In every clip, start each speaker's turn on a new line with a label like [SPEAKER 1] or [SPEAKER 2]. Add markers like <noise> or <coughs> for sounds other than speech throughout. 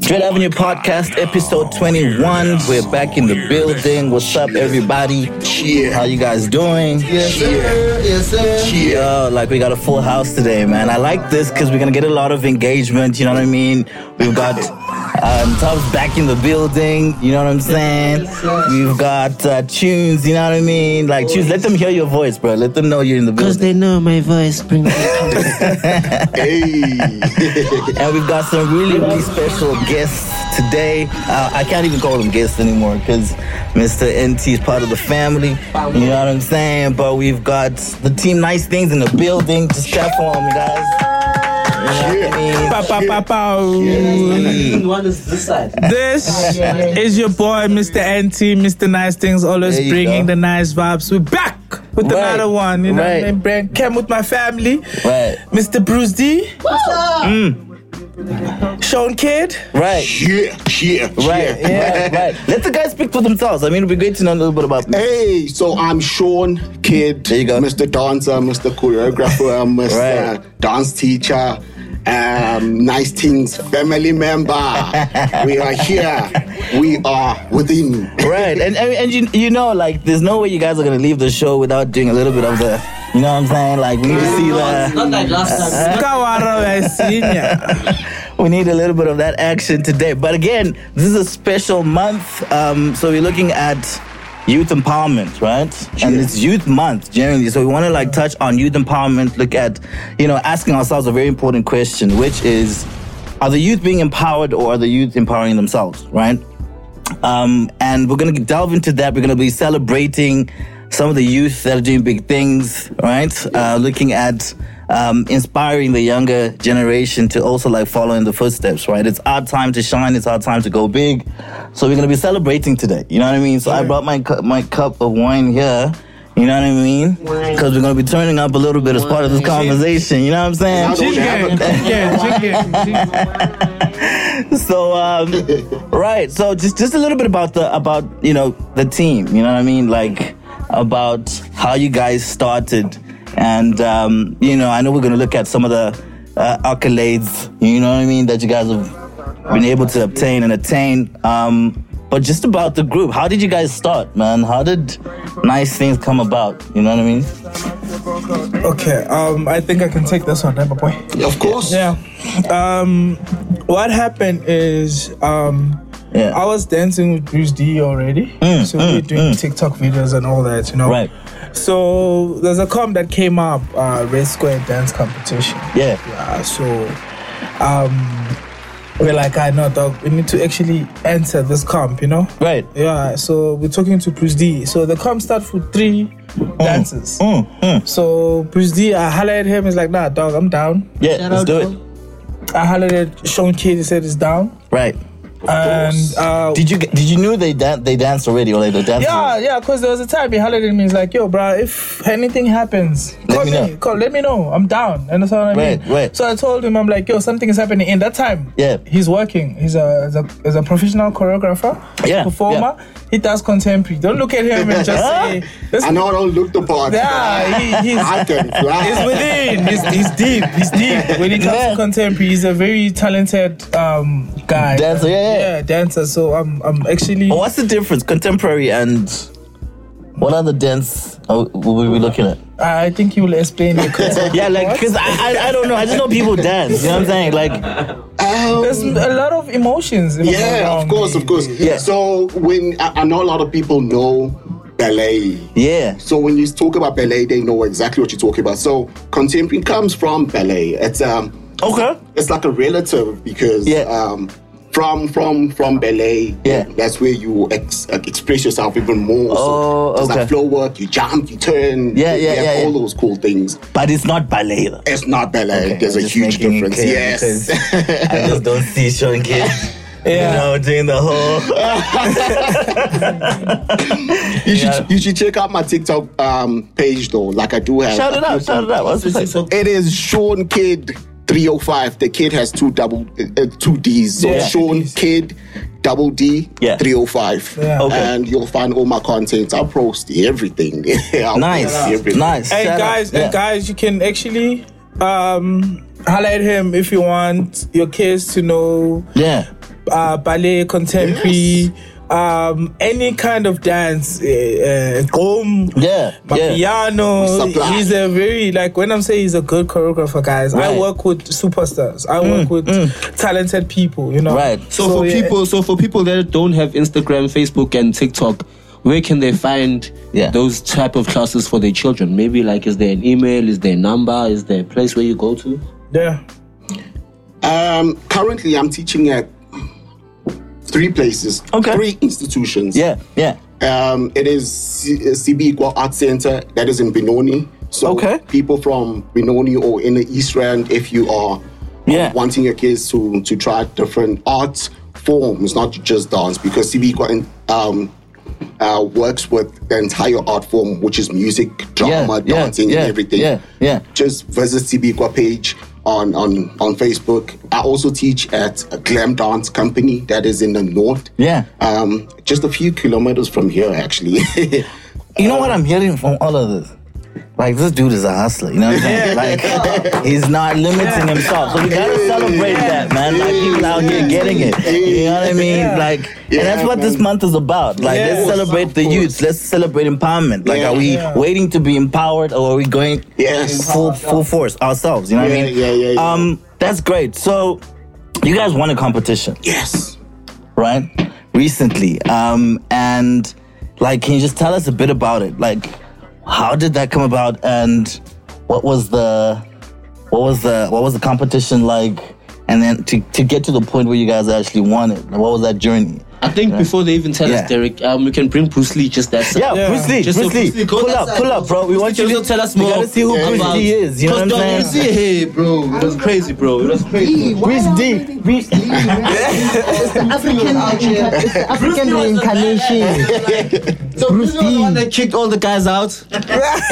[SPEAKER 1] Dread Avenue Podcast, episode 21. We're back in the building. What's up, everybody?
[SPEAKER 2] Yeah.
[SPEAKER 1] How you guys doing?
[SPEAKER 2] Yes, sir.
[SPEAKER 1] Yes, sir. Yo, like we got a full house today, man. I like this because we're gonna get a lot of engagement. You know what I mean? We've got um, Tubbs back in the building. You know what I'm saying? We've got uh, tunes. You know what I mean? Like tunes. Let them hear your voice, bro. Let them know you're in the
[SPEAKER 3] Because
[SPEAKER 1] building.
[SPEAKER 3] they know my voice brings me
[SPEAKER 2] Hey.
[SPEAKER 1] And we've got some really, really special guests today. Uh, I can't even call them guests anymore because Mr. NT is part of the family. You know what I'm saying? But we've got the team Nice Things in the building. Just clap for them, guys. You know what I mean?
[SPEAKER 4] Pow, pow, pow, pow.
[SPEAKER 3] One is this side.
[SPEAKER 4] This is your boy, Mr. NT, Mr. Nice Things, always
[SPEAKER 1] There you
[SPEAKER 4] bringing
[SPEAKER 1] go.
[SPEAKER 4] the nice vibes. We're back with
[SPEAKER 1] Right,
[SPEAKER 4] another one. You know
[SPEAKER 1] right.
[SPEAKER 4] what I mean? Bring- Came with my family,
[SPEAKER 1] Right,
[SPEAKER 4] Mr. Bruce D. What's up? Sean Kidd.
[SPEAKER 1] right,
[SPEAKER 2] Yeah, yeah,
[SPEAKER 1] right, yeah, right. Let the guys speak for themselves. I mean, it'd be great to know a little bit about me.
[SPEAKER 2] Hey, so I'm Sean Kidd.
[SPEAKER 1] There you go.
[SPEAKER 2] Mr. Dancer, Mr. Choreographer,
[SPEAKER 1] <laughs>
[SPEAKER 2] Mr.
[SPEAKER 1] Right.
[SPEAKER 2] Dance Teacher, um, Nice Things family member. we are here. We are within.
[SPEAKER 1] Right, and and, and you, you know, like, there's no way you guys are gonna leave the show without doing a little bit of the, you know what I'm saying? Like, we need to see the.
[SPEAKER 3] Not like <laughs> last time.
[SPEAKER 4] Kawara eh, Senior.
[SPEAKER 1] <laughs> we need a little bit of that action today. But again, this is a special month. Um, so we're looking at youth empowerment, right? And it's youth month generally. So we want to like touch on youth empowerment, look at, you know, asking ourselves a very important question, which is are the youth being empowered or are the youth empowering themselves, right? Um, and we're going to delve into that. We're going to be celebrating some of the youth that are doing big things, right? Uh, looking at um, inspiring the younger generation to also like follow in the footsteps, right? It's our time to shine. It's our time to go big. So we're going to be celebrating today. You know what I mean? So I brought my cu- my cup of wine here. You know what I mean? Because we're going to be turning up a little bit as part of this conversation. You know what I'm saying?
[SPEAKER 2] I don't have
[SPEAKER 4] Chicken,
[SPEAKER 2] a-
[SPEAKER 4] chicken, chicken, chicken.
[SPEAKER 1] so um, right so just just a little bit about the about you know the team you know what i mean like about how you guys started and um, you know i know we're gonna look at some of the uh, accolades you know what i mean that you guys have been able to obtain and attain um, but just about the group how did you guys start man how did nice things come about you know what i mean
[SPEAKER 4] Okay, um, I think I can take this one, eh, my boy.
[SPEAKER 2] Of course.
[SPEAKER 4] Yeah. Um, what happened is um,
[SPEAKER 1] Yeah.
[SPEAKER 4] I was dancing with Bruce D already. so we were doing TikTok videos and all that, you know.
[SPEAKER 1] Mm, Right.
[SPEAKER 4] So there's a comp that came up, uh, Red Square Dance Competition.
[SPEAKER 1] yeah
[SPEAKER 4] Yeah, so um, we're like, I know, dog, we need to actually enter this comp, you know?
[SPEAKER 1] right
[SPEAKER 4] Yeah, so we're talking to Bruce D. So the comp starts with three dances.
[SPEAKER 1] Mm, mm.
[SPEAKER 4] So Bruce D, I hollered at him, he's like, nah, dog, I'm down.
[SPEAKER 1] yeah let's do it
[SPEAKER 4] I hollered at Sean Kidd, he said it's down.
[SPEAKER 1] right
[SPEAKER 4] And uh,
[SPEAKER 1] did you did you knew they dan- they danced already or like they danced
[SPEAKER 4] yeah,
[SPEAKER 1] already?
[SPEAKER 4] yeah, because there was a time he hollered at me, he's like, yo, bro, if anything happens,
[SPEAKER 1] Let
[SPEAKER 4] call
[SPEAKER 1] me
[SPEAKER 4] me,
[SPEAKER 1] know."
[SPEAKER 4] Call, let me know, I'm down. And that's what I mean.
[SPEAKER 1] Right, right.
[SPEAKER 4] So I told him, I'm like, yo, something is happening. In that time,
[SPEAKER 1] Yeah.
[SPEAKER 4] he's working. He's a, he's a, he's a professional choreographer,
[SPEAKER 1] Yeah,
[SPEAKER 4] performer. He does contemporary. Don't look at him and just
[SPEAKER 1] <laughs>
[SPEAKER 4] say,
[SPEAKER 2] I
[SPEAKER 4] "Listen,
[SPEAKER 2] know I don't look the part.
[SPEAKER 4] yeah, he, he's,
[SPEAKER 2] I can fly.
[SPEAKER 4] He's within. He's, he's deep. He's deep. When it comes
[SPEAKER 1] Yeah.
[SPEAKER 4] to contemporary, he's a very talented um, guy.
[SPEAKER 1] Dancer, yeah, yeah.
[SPEAKER 4] dancer. So I'm, I'm actually.
[SPEAKER 1] But what's the difference? Contemporary and what other dance are- will we be looking at?
[SPEAKER 4] I think you will explain it. 'cause
[SPEAKER 1] Yeah, like, because I, I, I don't know. I just know people dance. You know what I'm saying? Like,
[SPEAKER 2] Um,
[SPEAKER 4] There's a lot of emotions. if I'm not
[SPEAKER 2] Yeah, of
[SPEAKER 4] wrong.
[SPEAKER 2] course, of course.
[SPEAKER 1] Yeah.
[SPEAKER 2] So when I, I know a lot of people know ballet.
[SPEAKER 1] yeah.
[SPEAKER 2] So when you talk about ballet, they know exactly what you're talking about. So contemporary comes from ballet. It's um,
[SPEAKER 1] Okay.
[SPEAKER 2] it's like a relative because
[SPEAKER 1] Yeah.
[SPEAKER 2] um, from from from ballet,
[SPEAKER 1] Yeah.
[SPEAKER 2] that's where you ex- uh, express yourself even more.
[SPEAKER 1] Oh,
[SPEAKER 2] so it's
[SPEAKER 1] okay.
[SPEAKER 2] like flow work. You jump, you
[SPEAKER 1] Yeah,
[SPEAKER 2] turn. you
[SPEAKER 1] yeah,
[SPEAKER 2] have
[SPEAKER 1] yeah, yeah.
[SPEAKER 2] All those cool things.
[SPEAKER 1] But it's not ballet. though.
[SPEAKER 2] It's not ballet.
[SPEAKER 1] Okay,
[SPEAKER 2] There's
[SPEAKER 1] I'm
[SPEAKER 2] a
[SPEAKER 1] just
[SPEAKER 2] huge
[SPEAKER 1] making it
[SPEAKER 2] difference.
[SPEAKER 1] clear
[SPEAKER 2] <laughs> Yes.
[SPEAKER 1] because I just don't see Sean Kidd.
[SPEAKER 4] Yeah.
[SPEAKER 1] You know, doing the <laughs> whole.
[SPEAKER 2] You should
[SPEAKER 1] Yeah.
[SPEAKER 2] you should check out my TikTok um, page though. Like I do have.
[SPEAKER 1] Shout it
[SPEAKER 2] I
[SPEAKER 1] out!
[SPEAKER 2] do
[SPEAKER 1] Shout it out! What's the place?
[SPEAKER 2] It is Sean Kid 305. The kid has two double uh, two D's. So
[SPEAKER 4] Yeah.
[SPEAKER 2] Sean Kid double D
[SPEAKER 1] Yeah.
[SPEAKER 2] 305.
[SPEAKER 4] Yeah.
[SPEAKER 1] Okay.
[SPEAKER 2] And you'll find all my content. I'll post everything. <laughs> I'll
[SPEAKER 1] Nice,
[SPEAKER 2] post everything.
[SPEAKER 1] nice.
[SPEAKER 4] Hey
[SPEAKER 1] Shout out.
[SPEAKER 4] guys,
[SPEAKER 1] Yeah.
[SPEAKER 4] hey guys, you can actually um, highlight him if you want your kids to know
[SPEAKER 1] Yeah.
[SPEAKER 4] uh, ballet, contemporary, um, any kind of dance, uh, uh, gom,
[SPEAKER 1] Yeah, yeah.
[SPEAKER 4] Mapiano.
[SPEAKER 2] Supply.
[SPEAKER 4] He's a very like when I'm saying he's a good choreographer, guys.
[SPEAKER 1] Right.
[SPEAKER 4] I work with superstars. I work with talented people. You know,
[SPEAKER 1] Right.
[SPEAKER 4] So,
[SPEAKER 5] So, for
[SPEAKER 4] yeah,
[SPEAKER 5] people, so for people that don't have Instagram, Facebook, and TikTok, where can they find
[SPEAKER 1] Yeah.
[SPEAKER 5] those type of classes for their children? Maybe like, is there an email? Is there a number? Is there a place where you go to?
[SPEAKER 4] yeah,
[SPEAKER 2] Um, currently, I'm teaching at three places,
[SPEAKER 1] Okay.
[SPEAKER 2] three institutions.
[SPEAKER 1] Yeah, yeah.
[SPEAKER 2] Um, it is C- CB Equal Arts Center that is in Benoni. So
[SPEAKER 1] Okay.
[SPEAKER 2] people from Benoni or in the East Rand, if you are
[SPEAKER 1] Yeah.
[SPEAKER 2] <laughs> wanting your kids to to try different art forms, not just dance, because CB Equal um, uh, works with the entire art form, which is music, drama,
[SPEAKER 1] yeah,
[SPEAKER 2] dancing,
[SPEAKER 1] yeah,
[SPEAKER 2] and everything.
[SPEAKER 1] yeah, yeah.
[SPEAKER 2] Just visit CB Equal page on, on, on Facebook. I also teach at a glam dance company that is in the north
[SPEAKER 1] Yeah.
[SPEAKER 2] um, just a few kilometers from here, actually. <laughs>
[SPEAKER 1] You know what I'm hearing from all of this? Like this dude is a hustler, you know what I'm saying? Like he's not limiting himself. So we gotta celebrate that, man. Like people out here getting it. You know what I mean? Like and that's what this month is about. Like let's
[SPEAKER 2] Yes.
[SPEAKER 1] celebrate the youth. Let's celebrate empowerment. Like
[SPEAKER 2] Yeah.
[SPEAKER 1] are we
[SPEAKER 4] Yeah.
[SPEAKER 1] waiting to be empowered or are we going
[SPEAKER 2] Yes.
[SPEAKER 1] full full force ourselves? You know what I
[SPEAKER 2] Yeah,
[SPEAKER 1] mean?
[SPEAKER 2] yeah, yeah, yeah.
[SPEAKER 1] Um that's great. So you guys won a competition
[SPEAKER 2] yes.
[SPEAKER 1] right? Recently. Um, and like, can you just tell us a bit about it? Like, how did that come about, and what was the, what was the, what was the competition like? And then to, to get to the point where you guys actually won it, like, what was that journey?
[SPEAKER 5] I think before they even tell
[SPEAKER 1] Yeah.
[SPEAKER 5] us, Derek, um, we can bring Bruce Lee just that. side.
[SPEAKER 1] Yeah,
[SPEAKER 4] Yeah.
[SPEAKER 1] Bruce Lee,
[SPEAKER 5] Just
[SPEAKER 1] Bruce
[SPEAKER 5] so
[SPEAKER 1] Lee,
[SPEAKER 5] Bruce Lee, go
[SPEAKER 1] pull up,
[SPEAKER 5] outside,
[SPEAKER 1] pull up, bro. We want you
[SPEAKER 5] Can
[SPEAKER 1] to
[SPEAKER 5] you tell us
[SPEAKER 1] we
[SPEAKER 5] more.
[SPEAKER 1] gotta see who
[SPEAKER 5] about-
[SPEAKER 1] Bruce Lee is. You know what I'm
[SPEAKER 5] Cause dog,
[SPEAKER 1] saying?
[SPEAKER 5] you see, hey, bro, it was crazy, bro. It was crazy.
[SPEAKER 1] Bruce D. Bruce
[SPEAKER 6] African, it's the African reincarnation.
[SPEAKER 5] So Bruce Lee was the one that kicked all the guys out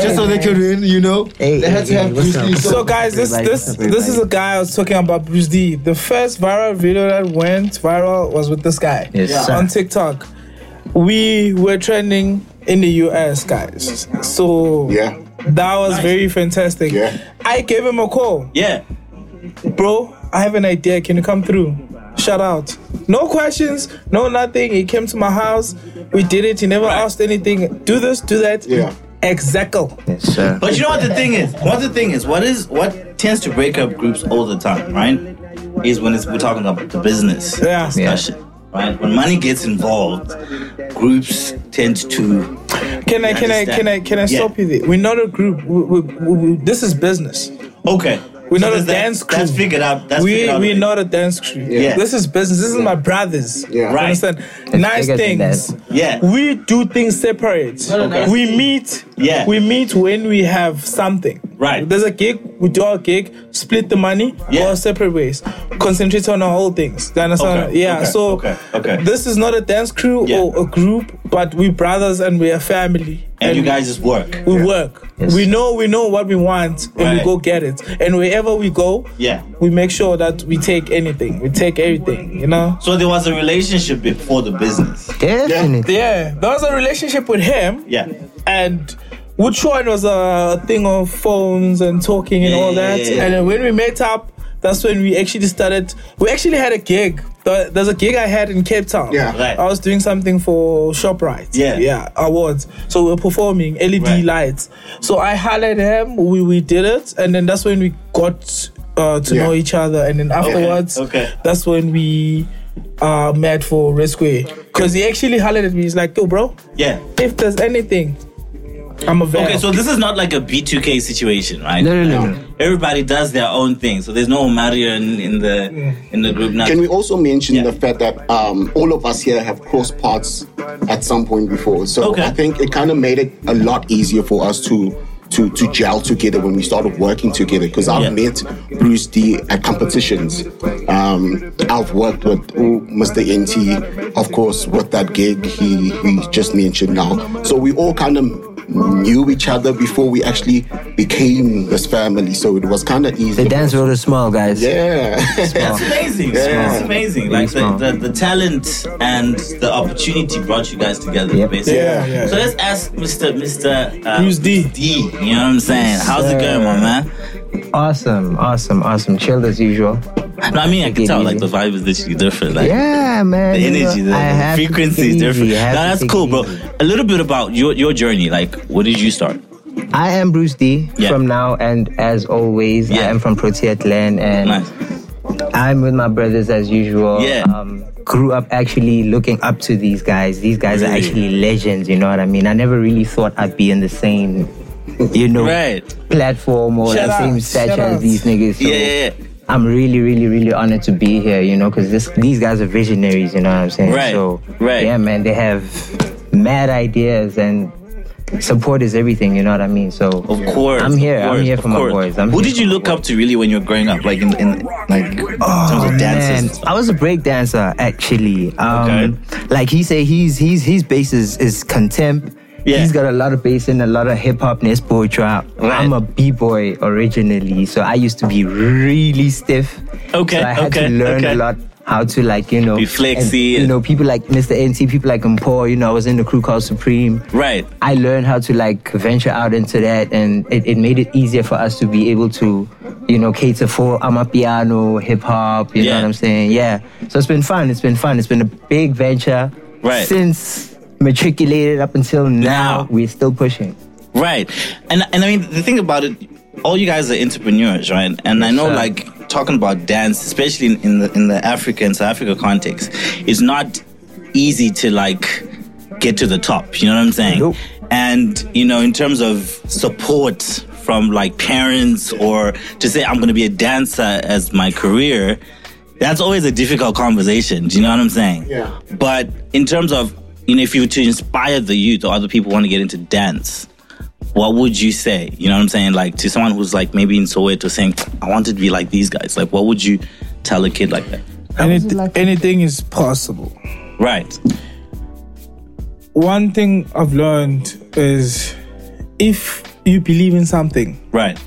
[SPEAKER 5] just so they could win. You know,
[SPEAKER 1] Hey,
[SPEAKER 5] they had
[SPEAKER 1] hey,
[SPEAKER 5] to have
[SPEAKER 1] hey, what's
[SPEAKER 5] Bruce
[SPEAKER 1] up?
[SPEAKER 5] Lee.
[SPEAKER 4] So guys, this this this is a guy I was talking about, Bruce D. The first viral video that went viral was with this guy
[SPEAKER 1] Yes, Yeah. sir.
[SPEAKER 4] on TikTok. We were trending in the US, guys. So
[SPEAKER 2] Yeah.
[SPEAKER 4] that was very fantastic.
[SPEAKER 2] Yeah.
[SPEAKER 4] I gave him a call,
[SPEAKER 1] Yeah.
[SPEAKER 4] bro. I have an idea. Can you come through? Shout out. No questions, no nothing. He came to my house. We did it. He never asked anything. Do this, do that.
[SPEAKER 2] Yeah.
[SPEAKER 4] Exactly.
[SPEAKER 1] Yes, sir. But you know what the thing is? What the thing is? What is what tends to break up groups all the time, right? Is when it's, we're talking about the business
[SPEAKER 4] Yeah.
[SPEAKER 1] discussion, right? When money gets involved, groups tend to.
[SPEAKER 4] Can I can I
[SPEAKER 1] Understand.
[SPEAKER 4] can I can I
[SPEAKER 1] Yeah.
[SPEAKER 4] stop you there? We're not a group. We, we, we, we- this is business.
[SPEAKER 1] Okay,
[SPEAKER 4] We're not a
[SPEAKER 1] there's that-
[SPEAKER 4] dance crew.
[SPEAKER 1] That's figured out. That's
[SPEAKER 4] we
[SPEAKER 1] figured out
[SPEAKER 4] we're
[SPEAKER 1] already.
[SPEAKER 4] not a dance crew.
[SPEAKER 1] Yeah.
[SPEAKER 4] This is business. This is my brothers.
[SPEAKER 2] Yeah.
[SPEAKER 4] You
[SPEAKER 1] Right.
[SPEAKER 4] understand? nice
[SPEAKER 6] bigger than
[SPEAKER 4] things.
[SPEAKER 1] Yeah.
[SPEAKER 4] We do things separate.
[SPEAKER 5] Okay.
[SPEAKER 4] We meet.
[SPEAKER 1] Yeah.
[SPEAKER 4] We meet when we have something.
[SPEAKER 1] Right.
[SPEAKER 4] There's a gig. We do our gig. Split the money.
[SPEAKER 1] Yeah.
[SPEAKER 4] Go our separate ways. Concentrate on our whole things. Do you understand?
[SPEAKER 1] Okay,
[SPEAKER 4] Yeah.
[SPEAKER 1] okay,
[SPEAKER 4] So
[SPEAKER 1] okay, okay.
[SPEAKER 4] this is not a dance crew
[SPEAKER 1] Yeah.
[SPEAKER 4] or a group, but we brothers and we are family.
[SPEAKER 1] And you guys just work.
[SPEAKER 4] We work. We know we know what we want and
[SPEAKER 1] Right.
[SPEAKER 4] we go get it. And wherever we go,
[SPEAKER 1] Yeah.
[SPEAKER 4] we make sure that we take anything. We take everything, you know?
[SPEAKER 1] So there was a relationship before the business.
[SPEAKER 6] Definitely.
[SPEAKER 4] Yeah. There was a relationship with him
[SPEAKER 1] Yeah.
[SPEAKER 4] and which one was a thing of phones and talking and all that.
[SPEAKER 1] Yeah, yeah, yeah.
[SPEAKER 4] And then when we met up, that's when we actually started. We actually had a gig. There- There's a gig I had in Cape Town.
[SPEAKER 2] Yeah.
[SPEAKER 1] Right.
[SPEAKER 4] I was doing something for Shoprite.
[SPEAKER 1] Yeah.
[SPEAKER 4] yeah, awards. So we were performing LED
[SPEAKER 1] Right.
[SPEAKER 4] lights. So I hollered him. We we did it, and then that's when we got uh, to
[SPEAKER 2] Yeah.
[SPEAKER 4] know each other. And then afterwards,
[SPEAKER 1] okay.
[SPEAKER 4] that's when we uh, met for Rescue. Because he actually hollered at me. He's like, "Yo, bro,
[SPEAKER 1] Yeah.
[SPEAKER 4] if there's anything, I'm available.
[SPEAKER 1] Okay, so this is not like a B2K situation, right?
[SPEAKER 6] No, no, no, no.
[SPEAKER 1] Everybody does their own thing, so there's no Marion in the in the group now.
[SPEAKER 2] Can we also mention
[SPEAKER 1] Yeah.
[SPEAKER 2] the fact that um, all of us here have crossed paths at some point before? So
[SPEAKER 1] Okay.
[SPEAKER 2] I think it kind of made it a lot easier for us to. To, to gel together when we started working together because I've
[SPEAKER 1] Yeah.
[SPEAKER 2] met Bruce D at competitions. Um, I've worked with oh, Mr. NT, of course, with that gig he, he just mentioned now. So we all kind of knew each other before we actually became this family. So it was kind of
[SPEAKER 6] The
[SPEAKER 2] easy.
[SPEAKER 6] dance world is small, guys.
[SPEAKER 2] Yeah. <laughs>
[SPEAKER 1] <laughs> That's amazing. That's amazing. Like the,
[SPEAKER 6] Small.
[SPEAKER 1] the, the talent and the opportunity brought you guys together,
[SPEAKER 6] Yep.
[SPEAKER 1] basically.
[SPEAKER 4] Yeah, yeah,
[SPEAKER 1] so let's ask Mr. Mr. Uh,
[SPEAKER 4] Bruce D.
[SPEAKER 1] D. You know what I'm saying? How's it going, my man?
[SPEAKER 6] Awesome, awesome, awesome. Chilled as usual.
[SPEAKER 1] No, I mean I can
[SPEAKER 6] Take it
[SPEAKER 1] tell like
[SPEAKER 6] easy.
[SPEAKER 1] the vibe is literally different. Like
[SPEAKER 6] Yeah, man.
[SPEAKER 1] the
[SPEAKER 6] you know,
[SPEAKER 1] energy,
[SPEAKER 6] I
[SPEAKER 1] the
[SPEAKER 6] have to
[SPEAKER 1] frequency
[SPEAKER 6] take
[SPEAKER 1] is
[SPEAKER 6] it
[SPEAKER 1] different.
[SPEAKER 6] easy. I
[SPEAKER 1] No,
[SPEAKER 6] have to
[SPEAKER 1] that's
[SPEAKER 6] take it
[SPEAKER 1] cool, bro.
[SPEAKER 6] easy.
[SPEAKER 1] A little bit about your your journey. Like, where did you start?
[SPEAKER 6] I am Bruce D
[SPEAKER 1] Yeah.
[SPEAKER 6] from now, and as always, I
[SPEAKER 1] Yeah.
[SPEAKER 6] am from Protea Land, and
[SPEAKER 1] Nice.
[SPEAKER 6] I'm with my brothers as usual.
[SPEAKER 1] Yeah.
[SPEAKER 6] Um, grew up actually looking up to these guys. These guys are
[SPEAKER 1] Really?
[SPEAKER 6] actually legends, you know what I mean? I never really thought I'd be in the same, you know,
[SPEAKER 1] Right.
[SPEAKER 6] platform or
[SPEAKER 4] Shout
[SPEAKER 6] the
[SPEAKER 4] out,
[SPEAKER 6] same stature
[SPEAKER 4] shout
[SPEAKER 6] as
[SPEAKER 4] out.
[SPEAKER 6] these niggas. So
[SPEAKER 1] Yeah, yeah, yeah.
[SPEAKER 6] I'm really, really, really honored to be here, you know, because these guys are visionaries, you know what I'm saying?
[SPEAKER 1] Right,
[SPEAKER 6] So,
[SPEAKER 1] right.
[SPEAKER 6] Yeah, man, they have mad ideas and support is everything, you know what I mean? So,
[SPEAKER 1] Of course.
[SPEAKER 6] I'm here.
[SPEAKER 1] of
[SPEAKER 6] I'm
[SPEAKER 1] course,
[SPEAKER 6] here
[SPEAKER 1] of
[SPEAKER 6] for my
[SPEAKER 1] course.
[SPEAKER 6] boys. I'm
[SPEAKER 1] Who
[SPEAKER 6] here
[SPEAKER 1] did
[SPEAKER 6] for
[SPEAKER 1] you
[SPEAKER 6] my
[SPEAKER 1] look up to really when you were growing up? Like in, in like in terms of dances.
[SPEAKER 6] Oh, Man,
[SPEAKER 1] and stuff?
[SPEAKER 6] I was a break dancer actually. Um, Like he said, he's he's his bass is, is contempt.
[SPEAKER 1] Yeah.
[SPEAKER 6] He's got a lot of bass and a lot of hip hop ness boy trap.
[SPEAKER 1] Right.
[SPEAKER 6] I'm a b boy originally, so I used to be really stiff.
[SPEAKER 1] Okay,
[SPEAKER 6] so I had
[SPEAKER 1] okay,
[SPEAKER 6] to learn
[SPEAKER 1] okay.
[SPEAKER 6] a lot how to like you know
[SPEAKER 1] Be flexy
[SPEAKER 6] and, you
[SPEAKER 1] and-
[SPEAKER 6] know people like Mr. NT, people like Mpo. You know, I was in the crew called Supreme.
[SPEAKER 1] Right.
[SPEAKER 6] I learned how to like venture out into that, and it, it made it easier for us to be able to, you know, cater for Amapiano, hip hop. You
[SPEAKER 1] Yeah.
[SPEAKER 6] know what I'm saying? Yeah. So it's been fun. It's been fun. It's been a big venture.
[SPEAKER 1] Right.
[SPEAKER 6] Since matriculated up until now,
[SPEAKER 1] Now.
[SPEAKER 6] we're still pushing.
[SPEAKER 1] Right. And and I mean the thing about it, all you guys are entrepreneurs, right? And I know
[SPEAKER 6] sir.
[SPEAKER 1] like talking about dance, especially in, in the in the Africa and South Africa context, it's not easy to like get to the top. You know what I'm saying?
[SPEAKER 6] Nope.
[SPEAKER 1] And you know, in terms of support from like parents or to say I'm gonna be a dancer as my career, that's always a difficult conversation. Do you know what I'm saying?
[SPEAKER 2] Yeah.
[SPEAKER 1] But in terms of you know, if you were to inspire the youth or other people who want to get into dance, what would you say? You know what I'm saying? Like to someone who's like maybe in Soweto saying, I wanted to be like these guys. Like what would you tell a kid like that?
[SPEAKER 4] Anyth- anything is possible.
[SPEAKER 1] Right.
[SPEAKER 4] One thing I've learned is if you believe in something,
[SPEAKER 1] Right.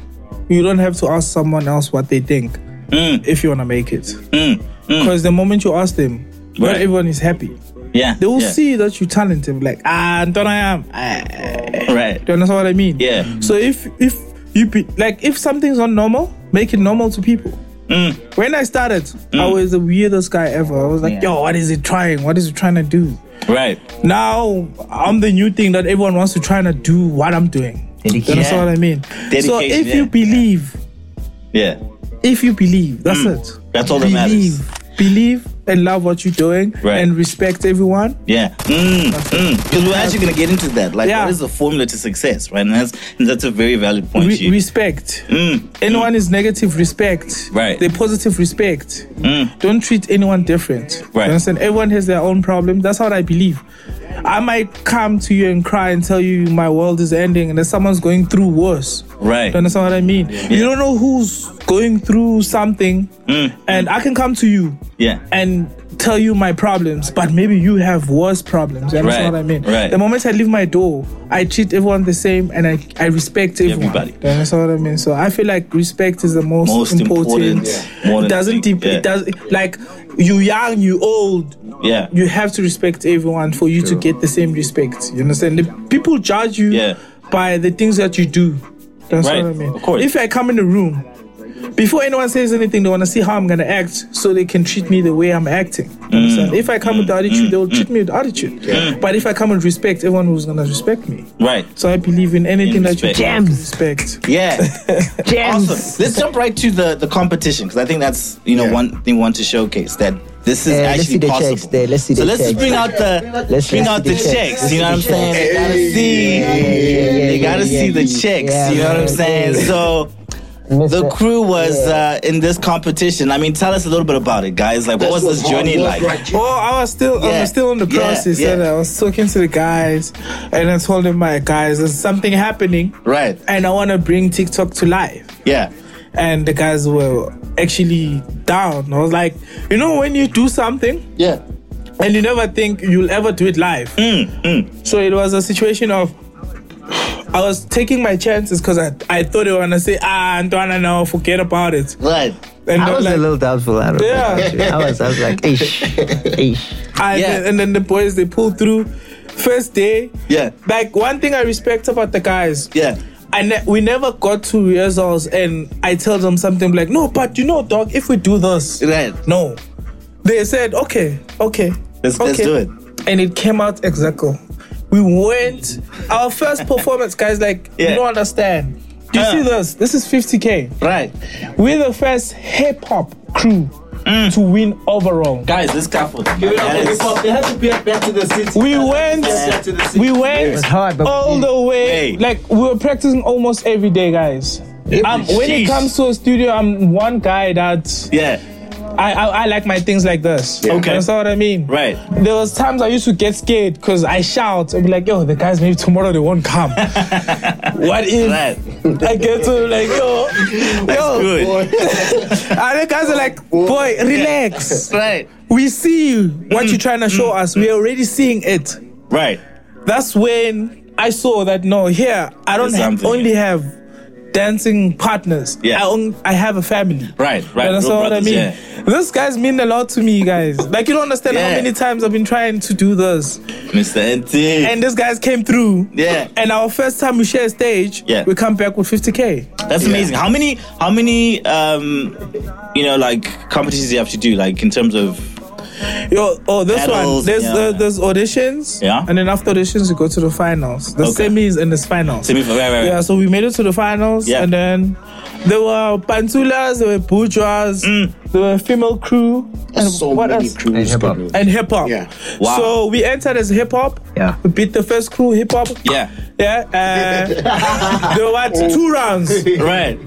[SPEAKER 4] you don't have to ask someone else what they think
[SPEAKER 1] Mm,
[SPEAKER 4] if you want to make it.
[SPEAKER 1] mm, mm.
[SPEAKER 4] Because the moment you ask them, not
[SPEAKER 1] Right.
[SPEAKER 4] everyone is happy.
[SPEAKER 1] Yeah.
[SPEAKER 4] They will
[SPEAKER 1] yeah.
[SPEAKER 4] see that you're talented, like, ah, Anton, I am. Ah.
[SPEAKER 1] Right.
[SPEAKER 4] Do you understand what I mean?
[SPEAKER 1] Yeah.
[SPEAKER 4] So if if you be, like if something's not normal, make it normal to people.
[SPEAKER 1] Mm.
[SPEAKER 4] When I started, I was the weirdest guy ever. I was like, yo, what is he trying? What is he trying to do?
[SPEAKER 1] Right.
[SPEAKER 4] Now I'm the new thing that everyone wants to try to do what I'm doing. Do you
[SPEAKER 6] Dedication.
[SPEAKER 4] understand
[SPEAKER 1] Yeah.
[SPEAKER 4] what I mean? so
[SPEAKER 1] Dedication,
[SPEAKER 4] if you
[SPEAKER 1] yeah.
[SPEAKER 4] believe,
[SPEAKER 1] Yeah.
[SPEAKER 4] if you believe, that's it.
[SPEAKER 1] Mm. That's all that
[SPEAKER 4] believe,
[SPEAKER 1] matters.
[SPEAKER 4] believe and love what you're doing
[SPEAKER 1] Right.
[SPEAKER 4] and respect everyone.
[SPEAKER 1] Yeah. Mm, mm. Because we're actually gonna get into that. Like
[SPEAKER 4] Yeah.
[SPEAKER 1] what is the formula to success, right? And that's and that's a very valid point.
[SPEAKER 4] Re-
[SPEAKER 1] you-
[SPEAKER 4] respect.
[SPEAKER 1] mm,
[SPEAKER 4] Anyone is negative, respect.
[SPEAKER 1] Right.
[SPEAKER 4] They positive, respect.
[SPEAKER 1] Mm.
[SPEAKER 4] Don't treat anyone different.
[SPEAKER 1] Right.
[SPEAKER 4] You understand? Everyone has their own problem. That's what I believe. I might come to you and cry and tell you my world is ending and that someone's going through worse.
[SPEAKER 1] Right.
[SPEAKER 4] You understand what I mean? You don't know who's going through something,
[SPEAKER 1] Mm.
[SPEAKER 4] and I can come to you
[SPEAKER 1] Yeah.
[SPEAKER 4] and tell you my problems, but maybe you have worse problems. You understand
[SPEAKER 1] Right,
[SPEAKER 4] what I mean?
[SPEAKER 1] right.
[SPEAKER 4] The moment I leave my door, I treat everyone the same and I, I respect everyone.
[SPEAKER 1] Everybody.
[SPEAKER 4] You understand what I mean? So I feel like respect is the most,
[SPEAKER 1] Most important, yeah. more than
[SPEAKER 4] It doesn't
[SPEAKER 1] anything,
[SPEAKER 4] dep-
[SPEAKER 1] yeah.
[SPEAKER 4] it does like you young, you old.
[SPEAKER 1] Yeah.
[SPEAKER 4] You have to respect everyone for you to get the same respect. You understand? The people judge you
[SPEAKER 1] Yeah.
[SPEAKER 4] by the things that you do. That's
[SPEAKER 1] Right,
[SPEAKER 4] what I mean.
[SPEAKER 1] of course.
[SPEAKER 4] If I come in the room, before anyone says anything, they want to see how I'm going to act so they can treat me the way I'm acting.
[SPEAKER 1] Mm.
[SPEAKER 4] You understand? If I come with attitude, they will treat me with attitude. But if I come with respect, everyone was going to respect me.
[SPEAKER 1] Right.
[SPEAKER 4] So I believe in anything
[SPEAKER 1] In
[SPEAKER 4] that you
[SPEAKER 1] respect.
[SPEAKER 4] do,
[SPEAKER 6] Gems.
[SPEAKER 4] respect.
[SPEAKER 1] Yeah.
[SPEAKER 6] <laughs> Gems.
[SPEAKER 1] awesome. Let's jump right to the the competition because I think that's you know
[SPEAKER 2] Yeah.
[SPEAKER 1] one thing we want to showcase that this is
[SPEAKER 6] Yeah, let's see
[SPEAKER 1] actually
[SPEAKER 6] the
[SPEAKER 1] possible.
[SPEAKER 6] checks there, let's see
[SPEAKER 1] so
[SPEAKER 6] the
[SPEAKER 1] let's
[SPEAKER 6] checks.
[SPEAKER 1] bring out the
[SPEAKER 6] Let's
[SPEAKER 1] bring
[SPEAKER 6] see
[SPEAKER 1] out
[SPEAKER 6] the
[SPEAKER 1] the
[SPEAKER 6] checks.
[SPEAKER 1] checks.
[SPEAKER 6] Let's
[SPEAKER 1] You know what I'm
[SPEAKER 6] see the
[SPEAKER 1] saying? They gotta see.
[SPEAKER 6] yeah,
[SPEAKER 1] They
[SPEAKER 6] yeah,
[SPEAKER 1] gotta
[SPEAKER 6] yeah,
[SPEAKER 1] see the
[SPEAKER 6] yeah.
[SPEAKER 1] checks.
[SPEAKER 6] Yeah,
[SPEAKER 1] you know what I'm
[SPEAKER 6] man.
[SPEAKER 1] saying? So. The
[SPEAKER 6] Mr.
[SPEAKER 1] crew was uh, in this competition. I mean, tell us a little bit about it, guys. Like, what was this journey like?
[SPEAKER 4] Oh, I was still, I
[SPEAKER 1] Yeah,
[SPEAKER 4] was still in the
[SPEAKER 1] yeah,
[SPEAKER 4] process,
[SPEAKER 1] yeah.
[SPEAKER 4] and I was talking to the guys, and I told them, "My guys, there's something happening,
[SPEAKER 1] Right.
[SPEAKER 4] and I want to bring TikTok to life."
[SPEAKER 1] Yeah.
[SPEAKER 4] And the guys were actually down. I was like, "You know, when you do something,
[SPEAKER 1] Yeah.
[SPEAKER 4] and you never think you'll ever do it live.
[SPEAKER 1] Mm,
[SPEAKER 4] So it was a situation of I was taking my chances because I, I thought they were gonna say ah Antoine no forget about it
[SPEAKER 1] Right.
[SPEAKER 4] and
[SPEAKER 6] I
[SPEAKER 4] they're
[SPEAKER 6] was
[SPEAKER 4] like,
[SPEAKER 6] a little doubtful. I don't
[SPEAKER 4] Yeah.
[SPEAKER 6] know. I was. I was
[SPEAKER 1] <laughs>
[SPEAKER 6] like, ish, ish.
[SPEAKER 4] I,
[SPEAKER 1] Yeah.
[SPEAKER 4] and then the boys they pulled through first day
[SPEAKER 1] Yeah.
[SPEAKER 4] like one thing I respect about the guys
[SPEAKER 1] Yeah.
[SPEAKER 4] I ne- we never got to rehearsals and I tell them something like, no, but you know, dog, if we do this,
[SPEAKER 1] Right.
[SPEAKER 4] no. They said, okay, okay.
[SPEAKER 1] Let's-
[SPEAKER 4] okay.
[SPEAKER 1] let's do it.
[SPEAKER 4] And it came out exactly. We went, our first performance, guys, like,
[SPEAKER 1] Yeah.
[SPEAKER 4] you don't understand. Do you
[SPEAKER 1] Yeah.
[SPEAKER 4] see this? This is 50K.
[SPEAKER 1] Right.
[SPEAKER 4] We're the first hip hop crew
[SPEAKER 1] Mm.
[SPEAKER 4] to win overall.
[SPEAKER 1] Guys, this couple.
[SPEAKER 3] Hip hop, They have to be back to the city.
[SPEAKER 4] We went,
[SPEAKER 3] Back to the city.
[SPEAKER 4] we went
[SPEAKER 6] was hard, but
[SPEAKER 4] all the way.
[SPEAKER 1] Hey.
[SPEAKER 4] Like we were practicing almost every day, guys. Um, when it
[SPEAKER 1] Sheesh.
[SPEAKER 4] comes to a studio, I'm one guy that
[SPEAKER 1] Yeah.
[SPEAKER 4] I I, I like my things like this.
[SPEAKER 1] Okay.
[SPEAKER 4] that's what I mean.
[SPEAKER 1] Right.
[SPEAKER 4] There was times I used to get scared because I shout and be like, "Yo, the guys maybe tomorrow they won't
[SPEAKER 1] <laughs>
[SPEAKER 4] come." what if
[SPEAKER 1] Right.
[SPEAKER 4] I get to like, yo, yo,
[SPEAKER 1] Good.
[SPEAKER 4] and the guys are like, "Boy, relax.
[SPEAKER 1] Right.
[SPEAKER 4] We see you. What you're trying to show us. We're already seeing it."
[SPEAKER 1] Right.
[SPEAKER 4] that's when I saw that no, here I don't
[SPEAKER 1] There's
[SPEAKER 4] have,
[SPEAKER 1] something.
[SPEAKER 4] only have dancing partners.
[SPEAKER 1] Yeah.
[SPEAKER 4] I, own, I have a family.
[SPEAKER 1] Right, right.
[SPEAKER 4] You understand
[SPEAKER 1] Real
[SPEAKER 4] what
[SPEAKER 1] brothers,
[SPEAKER 4] I
[SPEAKER 1] yeah.
[SPEAKER 4] mean? Those guys mean a lot to me,
[SPEAKER 1] <laughs>
[SPEAKER 4] guys. like you don't understand
[SPEAKER 1] Yeah.
[SPEAKER 4] how many times I've been trying to do this,
[SPEAKER 1] Mr. NT.
[SPEAKER 4] and these guys came through.
[SPEAKER 1] Yeah.
[SPEAKER 4] And our first time we share a stage,
[SPEAKER 1] Yeah.
[SPEAKER 4] we come back with 50k.
[SPEAKER 1] That's amazing. How many how many um you know like competitions you have to do like in terms of
[SPEAKER 4] Yo, oh, this
[SPEAKER 1] Battles,
[SPEAKER 4] one. There's
[SPEAKER 1] yeah.
[SPEAKER 4] uh, there's auditions.
[SPEAKER 1] Yeah.
[SPEAKER 4] And then after auditions, you go to the finals, the
[SPEAKER 1] Okay.
[SPEAKER 4] semis and the finals.
[SPEAKER 1] semi right, right,
[SPEAKER 4] Yeah,
[SPEAKER 1] right.
[SPEAKER 4] so we made it to the finals,
[SPEAKER 1] Yeah.
[SPEAKER 4] and then there were pantulas, there were bourgeois,
[SPEAKER 1] Mm.
[SPEAKER 4] there were female crew, and
[SPEAKER 2] so
[SPEAKER 4] what
[SPEAKER 2] many
[SPEAKER 4] else?
[SPEAKER 2] crews.
[SPEAKER 6] hip hop.
[SPEAKER 2] bro.
[SPEAKER 4] And hip hop.
[SPEAKER 2] Yeah.
[SPEAKER 1] Wow.
[SPEAKER 4] So we entered as hip hop.
[SPEAKER 6] Yeah.
[SPEAKER 4] We beat the first crew, hip hop.
[SPEAKER 1] Yeah.
[SPEAKER 2] <laughs>
[SPEAKER 4] Yeah. Uh, there were two rounds,
[SPEAKER 1] Right.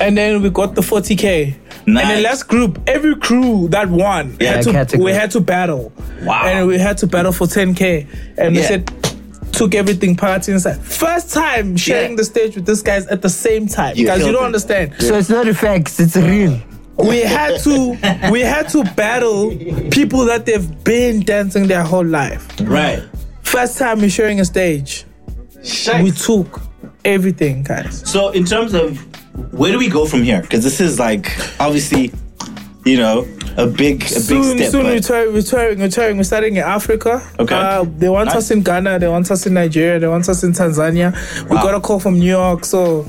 [SPEAKER 4] and then we got the 40k. And
[SPEAKER 1] Nice.
[SPEAKER 4] the last group, every crew that won,
[SPEAKER 1] Yeah,
[SPEAKER 4] had to,
[SPEAKER 6] category.
[SPEAKER 4] we had to battle.
[SPEAKER 1] Wow.
[SPEAKER 4] And we had to battle for 10k. And we
[SPEAKER 1] Yeah.
[SPEAKER 4] said, took everything party inside. First time sharing
[SPEAKER 1] Yeah.
[SPEAKER 4] the stage with these guys at the same time. Guys, you
[SPEAKER 1] Killed
[SPEAKER 4] don't
[SPEAKER 1] it.
[SPEAKER 4] understand.
[SPEAKER 6] So it's not effects, it's real.
[SPEAKER 4] We
[SPEAKER 1] <laughs>
[SPEAKER 4] had to we had to battle people that they've been dancing their whole life.
[SPEAKER 1] Right.
[SPEAKER 4] First time we're sharing a stage. We took everything, guys.
[SPEAKER 1] So in terms of where do we go from here? Because this is like obviously, you know, a big a
[SPEAKER 4] soon,
[SPEAKER 1] big step.
[SPEAKER 4] soon
[SPEAKER 1] but-
[SPEAKER 4] we're, touring, we're touring, we're touring, we're starting in Africa.
[SPEAKER 1] Okay.
[SPEAKER 4] Uh, they want
[SPEAKER 1] Nice.
[SPEAKER 4] us in Ghana, they want us in Nigeria, they want us in Tanzania. We got a call from New York, so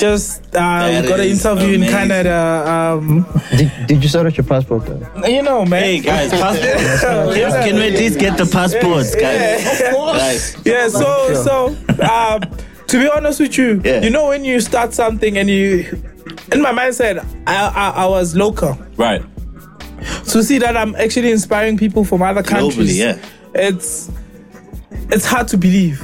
[SPEAKER 4] just uh,
[SPEAKER 1] That
[SPEAKER 4] we got an
[SPEAKER 1] is
[SPEAKER 4] interview in
[SPEAKER 1] amazing.
[SPEAKER 4] Canada. Um,
[SPEAKER 6] Did, did you sort out your passport though?
[SPEAKER 4] you know,
[SPEAKER 1] <laughs>
[SPEAKER 4] man.
[SPEAKER 1] Hey guys,
[SPEAKER 4] <laughs>
[SPEAKER 1] passport.
[SPEAKER 4] Yeah.
[SPEAKER 1] Can
[SPEAKER 4] <laughs>
[SPEAKER 1] we at least get the passports, guys? Right.
[SPEAKER 4] yeah so so um to be honest with you
[SPEAKER 1] Yeah.
[SPEAKER 4] you know when you start something and you in my mindset i i, I was local
[SPEAKER 1] Right.
[SPEAKER 4] to see that i'm actually inspiring people from other countries
[SPEAKER 1] Globally, yeah.
[SPEAKER 4] it's it's hard to believe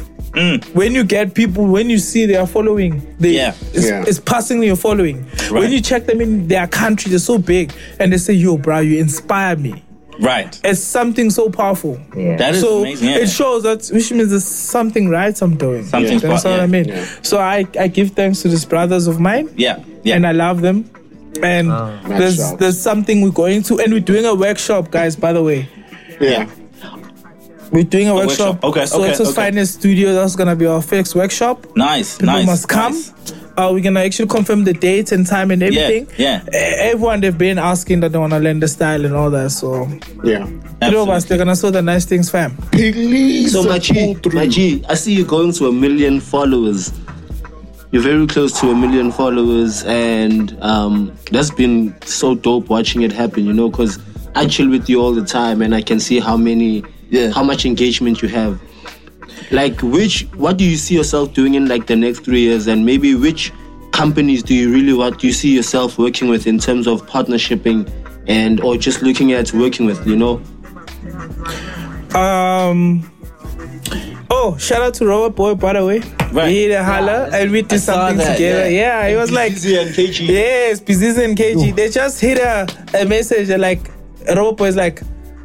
[SPEAKER 4] When you get people, when you see they are following, they,
[SPEAKER 1] Mm. Yeah.
[SPEAKER 4] It's,
[SPEAKER 2] Yeah.
[SPEAKER 4] it's passing your following.
[SPEAKER 1] Right.
[SPEAKER 4] When you check them in their country, they're so big, and they say, "Yo, bro, you inspire me."
[SPEAKER 1] Right.
[SPEAKER 4] It's something so powerful
[SPEAKER 6] Yeah.
[SPEAKER 1] That is
[SPEAKER 4] so
[SPEAKER 1] amazing. Yeah.
[SPEAKER 4] it shows that which means there's something right I'm doing.
[SPEAKER 1] Something's
[SPEAKER 4] That's
[SPEAKER 1] right, yeah,
[SPEAKER 4] what I mean.
[SPEAKER 2] yeah.
[SPEAKER 4] So I, I give thanks to these brothers of mine.
[SPEAKER 1] yeah. Yeah. Ah.
[SPEAKER 4] And I love them. And
[SPEAKER 2] Nice
[SPEAKER 4] there's
[SPEAKER 2] job.
[SPEAKER 4] there's something we're going to and we're doing a workshop, guys, by the way.
[SPEAKER 2] Yeah.
[SPEAKER 4] We're doing a,
[SPEAKER 1] workshop.
[SPEAKER 4] workop.
[SPEAKER 1] Okay,
[SPEAKER 4] So
[SPEAKER 1] okay,
[SPEAKER 4] it's a
[SPEAKER 1] okay.
[SPEAKER 4] finance studio. That's gonna be our first workshop.
[SPEAKER 1] nice.
[SPEAKER 4] People
[SPEAKER 1] nice.
[SPEAKER 4] must come.
[SPEAKER 1] nice.
[SPEAKER 4] Uh, we're gonna actually confirm the date and time and everything.
[SPEAKER 1] yeah.
[SPEAKER 4] E- Everyone they've been asking that they wanna learn the style and all that. So
[SPEAKER 2] Yeah.
[SPEAKER 4] three of us
[SPEAKER 1] Absolutely.
[SPEAKER 4] they're gonna show the nice things, fam.
[SPEAKER 2] Please
[SPEAKER 5] So, my G,
[SPEAKER 2] pull through.
[SPEAKER 5] my G, I see you going to a million followers. You're very close to a million followers, and um, that's been so dope watching it happen, you know, because I chill with you all the time and I can see how many,
[SPEAKER 1] Yeah.
[SPEAKER 5] how much engagement you have. Like, which, what do you see yourself doing in like the next three years, and maybe which companies do you really want, do you see yourself working with in terms of partnershiping and, or just looking at working with, you know?
[SPEAKER 4] Um. Oh, shout out to Robert Boy, by the way.
[SPEAKER 1] Right.
[SPEAKER 4] He had a holler and we did something
[SPEAKER 1] that,
[SPEAKER 4] together. Yeah. he was like, yes, Pizziz and KG. They just hit a, a message and like, Robert Boy is like,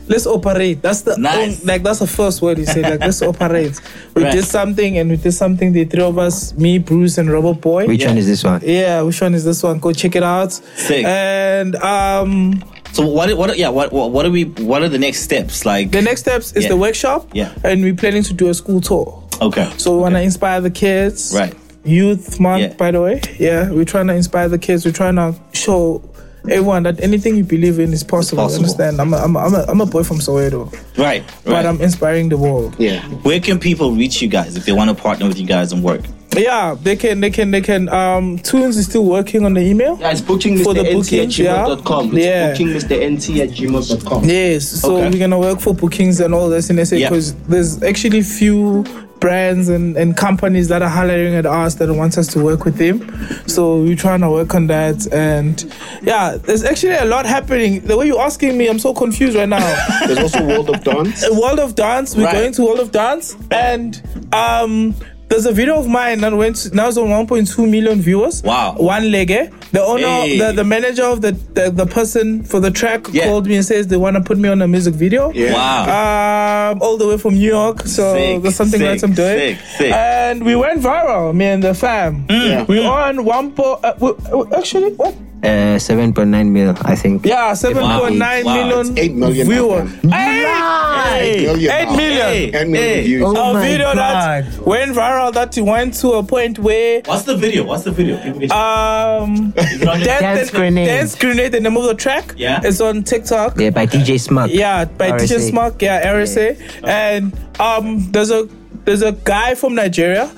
[SPEAKER 4] let's operate. That's the
[SPEAKER 1] Nice.
[SPEAKER 4] on- like that's the first word he said. Like
[SPEAKER 1] <laughs>
[SPEAKER 4] let's operate. We
[SPEAKER 1] Right.
[SPEAKER 4] did something and we did something. The three of us, me, Bruce, and Robert Boy.
[SPEAKER 6] Which one is this one?
[SPEAKER 4] yeah, which one is this one? Go check it out.
[SPEAKER 1] Sick.
[SPEAKER 4] And um,
[SPEAKER 1] So what? What? Yeah. What? What what are we? What are the next steps? Like.
[SPEAKER 4] the next steps is
[SPEAKER 1] Yeah.
[SPEAKER 4] the workshop.
[SPEAKER 1] Yeah.
[SPEAKER 4] And we're planning to do a school tour.
[SPEAKER 1] Okay.
[SPEAKER 4] So we want to inspire the kids.
[SPEAKER 1] Right.
[SPEAKER 4] Youth Month,
[SPEAKER 1] Yeah.
[SPEAKER 4] by the way. Yeah, we're trying to inspire the kids. We're trying to show everyone that anything you believe in is possible.
[SPEAKER 1] possible.
[SPEAKER 4] Understand? I'm a, I'm, a, I'm, a, I'm a boy from Soweto,
[SPEAKER 1] Right. Right.
[SPEAKER 4] but I'm inspiring the world.
[SPEAKER 2] Yeah.
[SPEAKER 1] Where can people reach you guys if they want to partner with you guys and work?
[SPEAKER 4] Yeah, they can, they can, they can. Um, Tunes is still working on the email.
[SPEAKER 5] Yeah, it's booking
[SPEAKER 4] For the booking, yeah.
[SPEAKER 5] gmail.com. It's
[SPEAKER 4] Yeah.
[SPEAKER 5] booking Mr. NT at gmail.com.
[SPEAKER 4] Yes,
[SPEAKER 1] Oh.
[SPEAKER 4] so
[SPEAKER 1] Okay.
[SPEAKER 4] we're gonna work for bookings and all this in SA
[SPEAKER 1] Yeah.
[SPEAKER 4] because there's actually few brands and, and companies that are hollering at us that want us to work with them. So we're trying to work on that and yeah, there's actually a lot happening. The way you're asking me, I'm so confused
[SPEAKER 1] <laughs>
[SPEAKER 4] right now.
[SPEAKER 2] There's also World of Dance.
[SPEAKER 4] World of Dance. We're
[SPEAKER 1] Right.
[SPEAKER 4] going to World of Dance, and um, there's a video of mine that went to, now it's on 1.2 million viewers.
[SPEAKER 1] Wow.
[SPEAKER 4] One leg. eh? The owner,
[SPEAKER 1] Hey.
[SPEAKER 4] the, the manager of the, the the person for the track
[SPEAKER 1] Yeah.
[SPEAKER 4] called me and says they want to put me on a music video.
[SPEAKER 2] Yeah.
[SPEAKER 1] Wow.
[SPEAKER 4] Um, all the way from New York, so
[SPEAKER 1] Sick,
[SPEAKER 4] there's something
[SPEAKER 1] sick,
[SPEAKER 4] that I'm doing,
[SPEAKER 1] sick, sick. Mm.
[SPEAKER 4] and we went viral. Me and the fam,
[SPEAKER 2] Yeah.
[SPEAKER 4] we on one po- uh, we, uh, actually what?
[SPEAKER 6] Uh, 7.9 mil, I think.
[SPEAKER 4] Yeah, seven point nine
[SPEAKER 1] Wow,
[SPEAKER 4] million
[SPEAKER 1] it's
[SPEAKER 2] eight million
[SPEAKER 4] viewers.
[SPEAKER 2] now,
[SPEAKER 1] Hey.
[SPEAKER 2] Million
[SPEAKER 4] Eight
[SPEAKER 2] now.
[SPEAKER 4] million.
[SPEAKER 1] Hey.
[SPEAKER 2] Ten million
[SPEAKER 1] Hey.
[SPEAKER 2] views.
[SPEAKER 6] Oh
[SPEAKER 4] a
[SPEAKER 6] my
[SPEAKER 4] video that
[SPEAKER 6] God.
[SPEAKER 4] went viral that went to a point where
[SPEAKER 1] What's the video? What's the video? People can-
[SPEAKER 4] um
[SPEAKER 1] it's on your-
[SPEAKER 6] Dance Grenade.
[SPEAKER 4] Dance Grenade, the name of the track.
[SPEAKER 1] Yeah.
[SPEAKER 4] It's on TikTok.
[SPEAKER 6] Yeah, by DJ Smart.
[SPEAKER 4] Yeah, by DJ
[SPEAKER 6] RSA.
[SPEAKER 4] Smock, yeah, RSA. And um there's a there's a guy from Nigeria.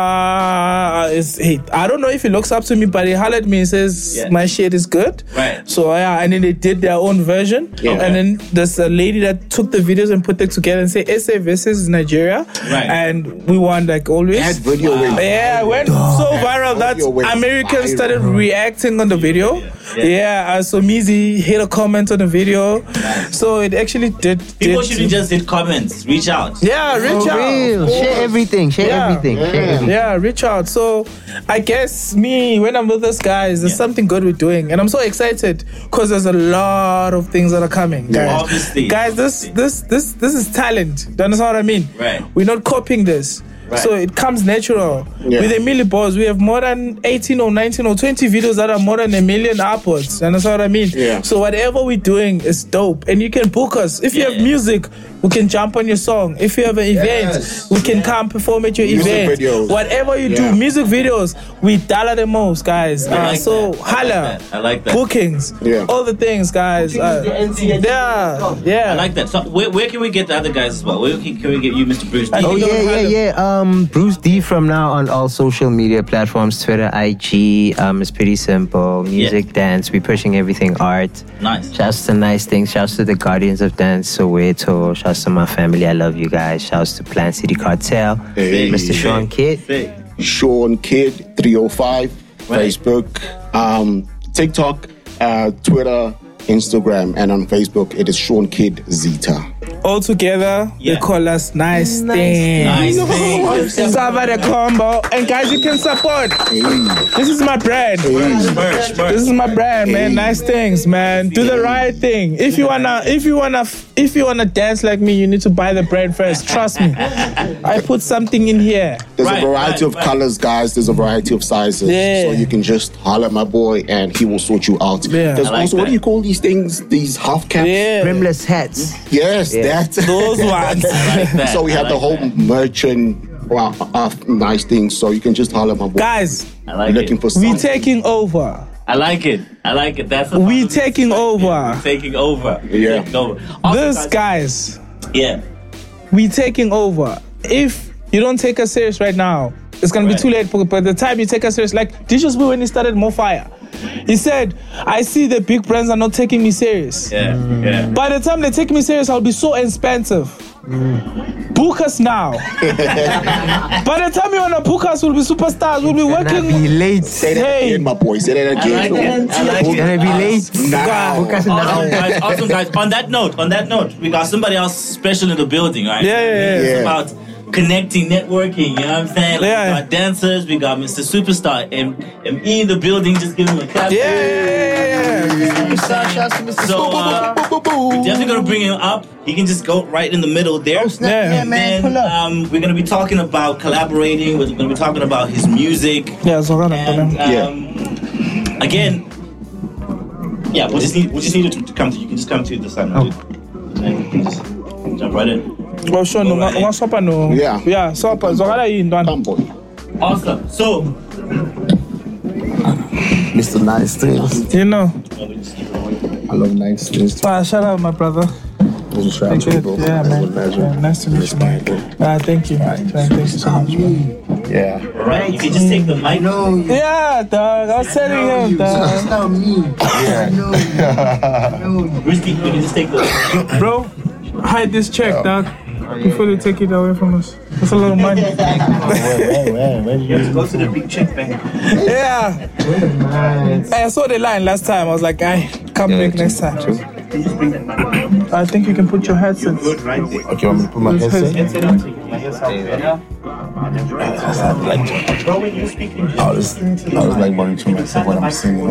[SPEAKER 4] Uh is he, I don't know if he looks up to me, but he hollered at me and says
[SPEAKER 1] Yeah.
[SPEAKER 4] my shit is good.
[SPEAKER 1] Right.
[SPEAKER 4] So yeah, and then they did their own version.
[SPEAKER 2] Yeah.
[SPEAKER 4] And then there's a lady that took the videos and put them together and say SA versus Nigeria.
[SPEAKER 1] Right.
[SPEAKER 4] And we won like always.
[SPEAKER 2] That video went
[SPEAKER 4] Yeah, it went so viral that
[SPEAKER 2] Audio went
[SPEAKER 4] Americans
[SPEAKER 2] viral.
[SPEAKER 4] started reacting on the video.
[SPEAKER 1] Yeah.
[SPEAKER 4] Yeah, uh, so Mizi hit a comment on the video. So it actually did.
[SPEAKER 1] People
[SPEAKER 4] did-
[SPEAKER 1] shouldn't just hit comments. Reach out.
[SPEAKER 4] Yeah, reach
[SPEAKER 6] For
[SPEAKER 4] out.
[SPEAKER 6] real. Share everything. Share
[SPEAKER 4] Yeah.
[SPEAKER 6] everything. Share everything.
[SPEAKER 4] Yeah, reach out. So I guess me, when I'm with those guys, there's something good we're doing. And I'm so excited because there's a lot of things that are coming. Guys.
[SPEAKER 1] Obviously.
[SPEAKER 4] Guys, this this this this is talent. Do you understand what I mean?
[SPEAKER 1] Right.
[SPEAKER 4] We're not copying this.
[SPEAKER 1] Right.
[SPEAKER 4] So it comes natural.
[SPEAKER 2] Yeah.
[SPEAKER 4] With a million balls, we have more than 18 or 19 or 20 videos that are more than a million upwards. And that's what I mean.
[SPEAKER 2] Yeah.
[SPEAKER 4] So whatever we're doing is dope. And you can book us. If
[SPEAKER 1] Yeah.
[SPEAKER 4] you have music, we can jump on your song. If you have an event,
[SPEAKER 2] Yes.
[SPEAKER 4] we can come perform at your
[SPEAKER 2] Music
[SPEAKER 4] event.
[SPEAKER 2] videos.
[SPEAKER 4] Whatever you
[SPEAKER 2] Yeah.
[SPEAKER 4] do, music videos, we dollar the most, guys.
[SPEAKER 1] I
[SPEAKER 4] Uh,
[SPEAKER 1] like
[SPEAKER 4] so
[SPEAKER 1] that. I like
[SPEAKER 4] holla.
[SPEAKER 1] that. I like that.
[SPEAKER 4] Bookings.
[SPEAKER 2] Yeah.
[SPEAKER 4] All the things, guys. Uh,
[SPEAKER 3] Bookings, the NCA.
[SPEAKER 4] yeah. Yeah.
[SPEAKER 1] I like that. So where, where can we get the other guys as well? Where can, can we get you, Mr. Bruce? D?
[SPEAKER 4] I
[SPEAKER 6] Oh
[SPEAKER 4] think
[SPEAKER 6] yeah,
[SPEAKER 4] I'm
[SPEAKER 6] yeah,
[SPEAKER 4] Harlem.
[SPEAKER 6] yeah. Um, Bruce D from now on all social media platforms, Twitter, IG. Um, it's pretty simple. Music, dance. We're pushing everything. Art.
[SPEAKER 1] Nice.
[SPEAKER 6] Shouts to nice things. Shouts to the Guardians of Dance Soweto. Shouts to my family. I love you guys. Shouts to Plan City Cartel.
[SPEAKER 2] Hey.
[SPEAKER 6] Mr. Sean Kidd.
[SPEAKER 1] Sick.
[SPEAKER 2] Sean Kidd 305,
[SPEAKER 1] Right.
[SPEAKER 2] Facebook, um, TikTok, uh, Twitter, Instagram, and on Facebook it is Sean Kidd Zeta.
[SPEAKER 4] All together,
[SPEAKER 1] Yeah.
[SPEAKER 4] they call us nice, things.
[SPEAKER 1] Nice thing.
[SPEAKER 4] Sava the combo. And guys, you can support.
[SPEAKER 2] Hey.
[SPEAKER 4] This is my brand.
[SPEAKER 1] Merch, merch.
[SPEAKER 4] This is my brand, man.
[SPEAKER 2] Hey.
[SPEAKER 4] Nice things, man. Do the right thing. If you wanna, if you wanna, if you wanna dance like me, you need to buy the brand first. Trust me. I put something in here.
[SPEAKER 2] There's
[SPEAKER 1] Right,
[SPEAKER 2] a variety
[SPEAKER 1] right,
[SPEAKER 2] of
[SPEAKER 1] right.
[SPEAKER 2] colors, guys. There's a variety of sizes.
[SPEAKER 4] Yeah.
[SPEAKER 2] So you can just holler at my boy and he will sort you out.
[SPEAKER 4] Yeah.
[SPEAKER 2] There's
[SPEAKER 1] I like
[SPEAKER 2] also, what
[SPEAKER 1] that.
[SPEAKER 2] do you call these things? These half caps?
[SPEAKER 4] Yeah,
[SPEAKER 6] Rimless hats.
[SPEAKER 2] Yes, that's <laughs>
[SPEAKER 4] those ones.
[SPEAKER 1] that.
[SPEAKER 2] so we
[SPEAKER 1] I
[SPEAKER 2] have the
[SPEAKER 1] like
[SPEAKER 2] whole
[SPEAKER 1] that.
[SPEAKER 2] merchant wow, uh, nice things. So you can just holler at my boy.
[SPEAKER 4] Guys,
[SPEAKER 1] I like
[SPEAKER 2] looking
[SPEAKER 1] it.
[SPEAKER 2] for
[SPEAKER 4] we
[SPEAKER 2] something.
[SPEAKER 4] taking over.
[SPEAKER 1] I like it. I like it. That's the
[SPEAKER 4] We
[SPEAKER 1] part of
[SPEAKER 4] taking
[SPEAKER 1] this.
[SPEAKER 4] over.
[SPEAKER 1] We taking over. We
[SPEAKER 2] Yeah.
[SPEAKER 1] Taking over. Also,
[SPEAKER 4] This guys,
[SPEAKER 1] Yeah.
[SPEAKER 4] we taking over. If you don't take us serious right now, it's gonna
[SPEAKER 1] Right.
[SPEAKER 4] be too late. But by the time you take us serious, like Dishes when he started More Fire, he said, "I see the big brands are not taking me serious."
[SPEAKER 1] Yeah. Yeah.
[SPEAKER 4] By the time they take me serious, I'll be so expensive. Book us now. By the time you wanna book us, we'll be superstars. We'll be
[SPEAKER 6] Gonna be
[SPEAKER 4] working.
[SPEAKER 6] late.
[SPEAKER 2] Say that
[SPEAKER 4] Hey.
[SPEAKER 2] again, my boy. Say that
[SPEAKER 1] I like
[SPEAKER 2] again.
[SPEAKER 1] it. I like it.
[SPEAKER 6] Gonna be late.
[SPEAKER 2] Now.
[SPEAKER 6] Book us
[SPEAKER 1] Awesome
[SPEAKER 6] now.
[SPEAKER 1] guys, awesome guys. On that note, on that note, we got somebody else special in the building, right?
[SPEAKER 4] Yeah, yeah,
[SPEAKER 2] yeah.
[SPEAKER 1] It's about connecting, networking. You know what I'm saying? Like,
[SPEAKER 4] Yeah.
[SPEAKER 1] We got dancers, we got Mr. Superstar, and ME in the building. Just give him a clap.
[SPEAKER 4] Yeah, yeah, yeah, yeah.
[SPEAKER 1] So uh, we're definitely gonna bring him up. He can just go right in the middle there.
[SPEAKER 4] Yeah.
[SPEAKER 1] And then um, we're gonna be talking about collaborating. We're gonna be talking about his music.
[SPEAKER 4] Yeah, so we're gonna-
[SPEAKER 1] And
[SPEAKER 2] Yeah.
[SPEAKER 1] um, again, yeah, we just need we just need you to, to come to. You can just come to the side. Oh. And you can just jump right in.
[SPEAKER 4] Well, sure, no,
[SPEAKER 1] Alright.
[SPEAKER 4] one swapper, no.
[SPEAKER 2] Yeah.
[SPEAKER 4] Yeah, swapper. Zogala in
[SPEAKER 2] Come,
[SPEAKER 4] one.
[SPEAKER 2] boy.
[SPEAKER 1] Awesome. So
[SPEAKER 7] Mr. Nice Things.
[SPEAKER 4] You know.
[SPEAKER 7] I love Nice Things.
[SPEAKER 4] Ah, shout out, my brother.
[SPEAKER 7] Those are
[SPEAKER 4] Thank you.
[SPEAKER 7] bro.
[SPEAKER 4] Yeah,
[SPEAKER 7] That's
[SPEAKER 4] man.
[SPEAKER 7] what matters.
[SPEAKER 4] Yeah, nice to meet you,
[SPEAKER 7] Respect,
[SPEAKER 4] man. Ah, thank you, man. Thank you so much, man.
[SPEAKER 8] Yeah.
[SPEAKER 7] Right? You can just take the mic.
[SPEAKER 8] No, you
[SPEAKER 4] Yeah, dog. I was telling him, dog.
[SPEAKER 8] That's not me. Yeah. No,
[SPEAKER 7] Risky, you can just take the
[SPEAKER 4] Bro, hide this
[SPEAKER 8] Oh.
[SPEAKER 4] check, dog. Before they take it away from us. That's a lot of money.
[SPEAKER 7] Go to the big check bank.
[SPEAKER 4] yeah. I saw the line last time. I was like, I come back next time. I think you can put your headset.
[SPEAKER 8] Okay, I'm gonna put my
[SPEAKER 4] Those
[SPEAKER 8] headset.
[SPEAKER 4] headsets.
[SPEAKER 8] I was, I was like monitoring myself when I'm singing.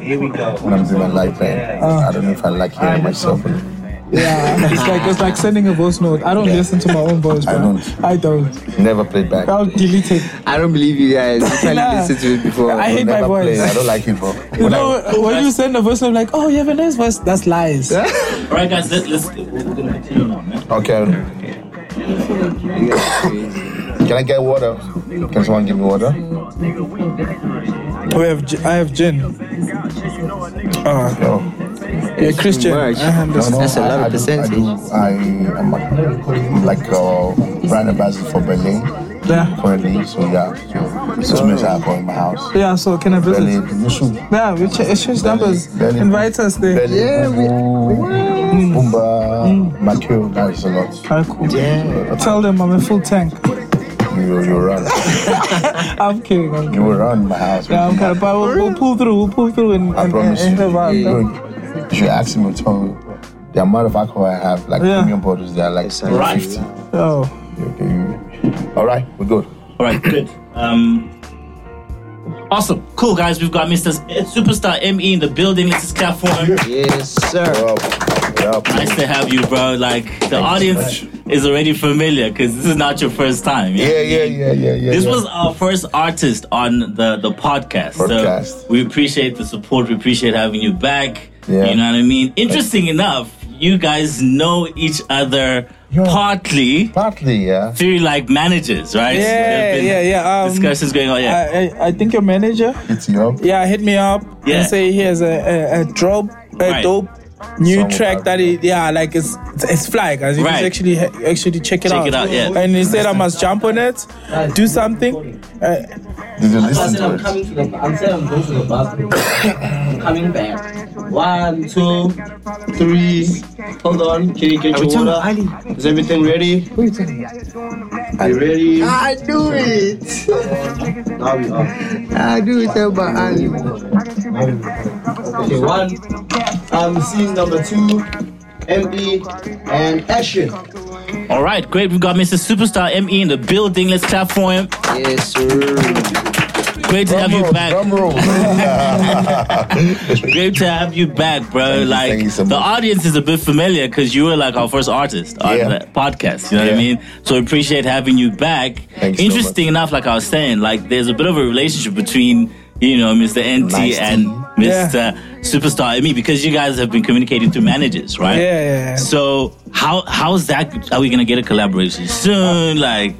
[SPEAKER 8] Here we go. When I'm doing my live band,
[SPEAKER 4] Oh.
[SPEAKER 8] I don't know if I like hearing myself. Or
[SPEAKER 4] Yeah, it's like it's like sending a voice note. I don't listen to my own voice, bro.
[SPEAKER 8] I
[SPEAKER 4] I
[SPEAKER 8] don't.
[SPEAKER 4] don't.
[SPEAKER 8] never played back.
[SPEAKER 4] I'll delete it.
[SPEAKER 1] I don't believe you guys. You probably
[SPEAKER 4] Nah.
[SPEAKER 1] listened to it before.
[SPEAKER 4] I hate my
[SPEAKER 8] never
[SPEAKER 4] voice.
[SPEAKER 8] Play. I don't like hip hop.
[SPEAKER 4] You know, when you send a voice note, like, oh, you have a nice voice. That's lies.
[SPEAKER 7] Alright, guys, let, let's. We're gonna continue now, man.
[SPEAKER 8] Okay. Can I get water? Can someone give me water?
[SPEAKER 4] We have, gi- I have gin. Ah,
[SPEAKER 8] No.
[SPEAKER 4] you're Christian.
[SPEAKER 1] much.
[SPEAKER 4] I
[SPEAKER 8] No, no,
[SPEAKER 4] understand.
[SPEAKER 1] That's a
[SPEAKER 8] I-
[SPEAKER 1] lot of
[SPEAKER 8] I do-
[SPEAKER 1] percentage.
[SPEAKER 8] I, do, I am a- like a brand ambassador for Berlin
[SPEAKER 4] Yeah.
[SPEAKER 8] currently. So yeah, so it's me in my house.
[SPEAKER 4] yeah, so can I visit?
[SPEAKER 8] Berlin, you should-
[SPEAKER 4] Yeah, we ch- exchange numbers.
[SPEAKER 8] Berlin.
[SPEAKER 4] Invite us there.
[SPEAKER 8] Berlin, Bubu, Bumba, Mathieu, that is a lot.
[SPEAKER 4] Ah, cool. Tell them I'm a full tank.
[SPEAKER 8] You, you run,
[SPEAKER 4] I'm kidding. I'm
[SPEAKER 8] you will run my house.
[SPEAKER 4] Yeah, I'm kind of, but we'll, we'll pull through. We'll pull through and,
[SPEAKER 8] I
[SPEAKER 4] and,
[SPEAKER 8] promise
[SPEAKER 4] and
[SPEAKER 8] you.
[SPEAKER 4] have our-
[SPEAKER 8] You, you should ask him to tell me the amount of alcohol I have, like
[SPEAKER 4] Yeah.
[SPEAKER 8] premium bottles, they are like
[SPEAKER 7] Right.
[SPEAKER 8] 50.
[SPEAKER 4] Oh,
[SPEAKER 8] Okay, you- All right, we're good.
[SPEAKER 7] Alright, good. Um. Awesome, cool guys. We've got Mr. S- Superstar ME in the building. This is Cat Form.
[SPEAKER 1] Yes,
[SPEAKER 8] We're
[SPEAKER 1] sir.
[SPEAKER 8] up. We're up.
[SPEAKER 7] Nice to have you, bro. Like the audience is already familiar because this is not your first time. you know
[SPEAKER 8] Yeah,
[SPEAKER 7] what I
[SPEAKER 8] yeah,
[SPEAKER 7] mean?
[SPEAKER 8] yeah, yeah, yeah.
[SPEAKER 7] This
[SPEAKER 8] yeah.
[SPEAKER 7] was our first artist on the the podcast. So
[SPEAKER 8] Podcast.
[SPEAKER 7] we appreciate the support. We appreciate having you back.
[SPEAKER 8] Yeah.
[SPEAKER 7] You know what I mean? Interesting enough, you guys know each other
[SPEAKER 8] Yeah.
[SPEAKER 7] partly
[SPEAKER 8] partly, yeah.
[SPEAKER 7] through like managers, right?
[SPEAKER 4] Yeah,
[SPEAKER 7] There have been
[SPEAKER 4] yeah, yeah, um,
[SPEAKER 7] discussions going on. Yeah.
[SPEAKER 4] I, I, I think your manager.
[SPEAKER 8] It's you know,
[SPEAKER 4] Yeah, hit me up
[SPEAKER 7] Yeah.
[SPEAKER 4] and say he has a a, a drop a
[SPEAKER 7] Right.
[SPEAKER 4] dope new
[SPEAKER 8] Song
[SPEAKER 4] track that he yeah like it's it's, it's fly guys. You
[SPEAKER 7] Right.
[SPEAKER 4] just actually ha- actually check it
[SPEAKER 7] Check
[SPEAKER 4] out.
[SPEAKER 7] it out, yeah.
[SPEAKER 4] And he said I must jump on it, do something. Uh,
[SPEAKER 8] did you
[SPEAKER 5] I
[SPEAKER 8] listen
[SPEAKER 5] said
[SPEAKER 8] to
[SPEAKER 5] I'm
[SPEAKER 8] it?
[SPEAKER 5] coming to the. I said I'm going to the bathroom. I'm coming back. One, two, three. Hold on. Can you get your water? Is everything ready? Are you ready?
[SPEAKER 1] I do it.
[SPEAKER 5] Now we are.
[SPEAKER 1] I do it about Ali.
[SPEAKER 5] Okay, one. I'm seeing number two. MB and action.
[SPEAKER 7] All right, great. We've got Mr. Superstar ME in the building. Let's clap for him.
[SPEAKER 1] Yes, sir.
[SPEAKER 7] Great to have you
[SPEAKER 8] Drum
[SPEAKER 7] back.
[SPEAKER 8] roll, drum roll.
[SPEAKER 7] <laughs> Great to have you back, bro.
[SPEAKER 8] Thank you,
[SPEAKER 7] like
[SPEAKER 8] thank you so
[SPEAKER 7] the
[SPEAKER 8] much.
[SPEAKER 7] audience is a bit familiar because you were like our first artist on
[SPEAKER 8] Yeah.
[SPEAKER 7] the podcast. You know what I
[SPEAKER 8] Yeah.
[SPEAKER 7] mean? So we appreciate having you back.
[SPEAKER 8] Thank you so
[SPEAKER 7] Interesting enough, like I was saying, like there's a bit of a relationship between you know Mr. NT
[SPEAKER 8] Nice
[SPEAKER 7] and
[SPEAKER 8] tea.
[SPEAKER 7] Mr. Superstar and me because you guys have been communicating through managers, right?
[SPEAKER 4] yeah, yeah, yeah.
[SPEAKER 7] So how how's that? Are we gonna get a collaboration soon? Like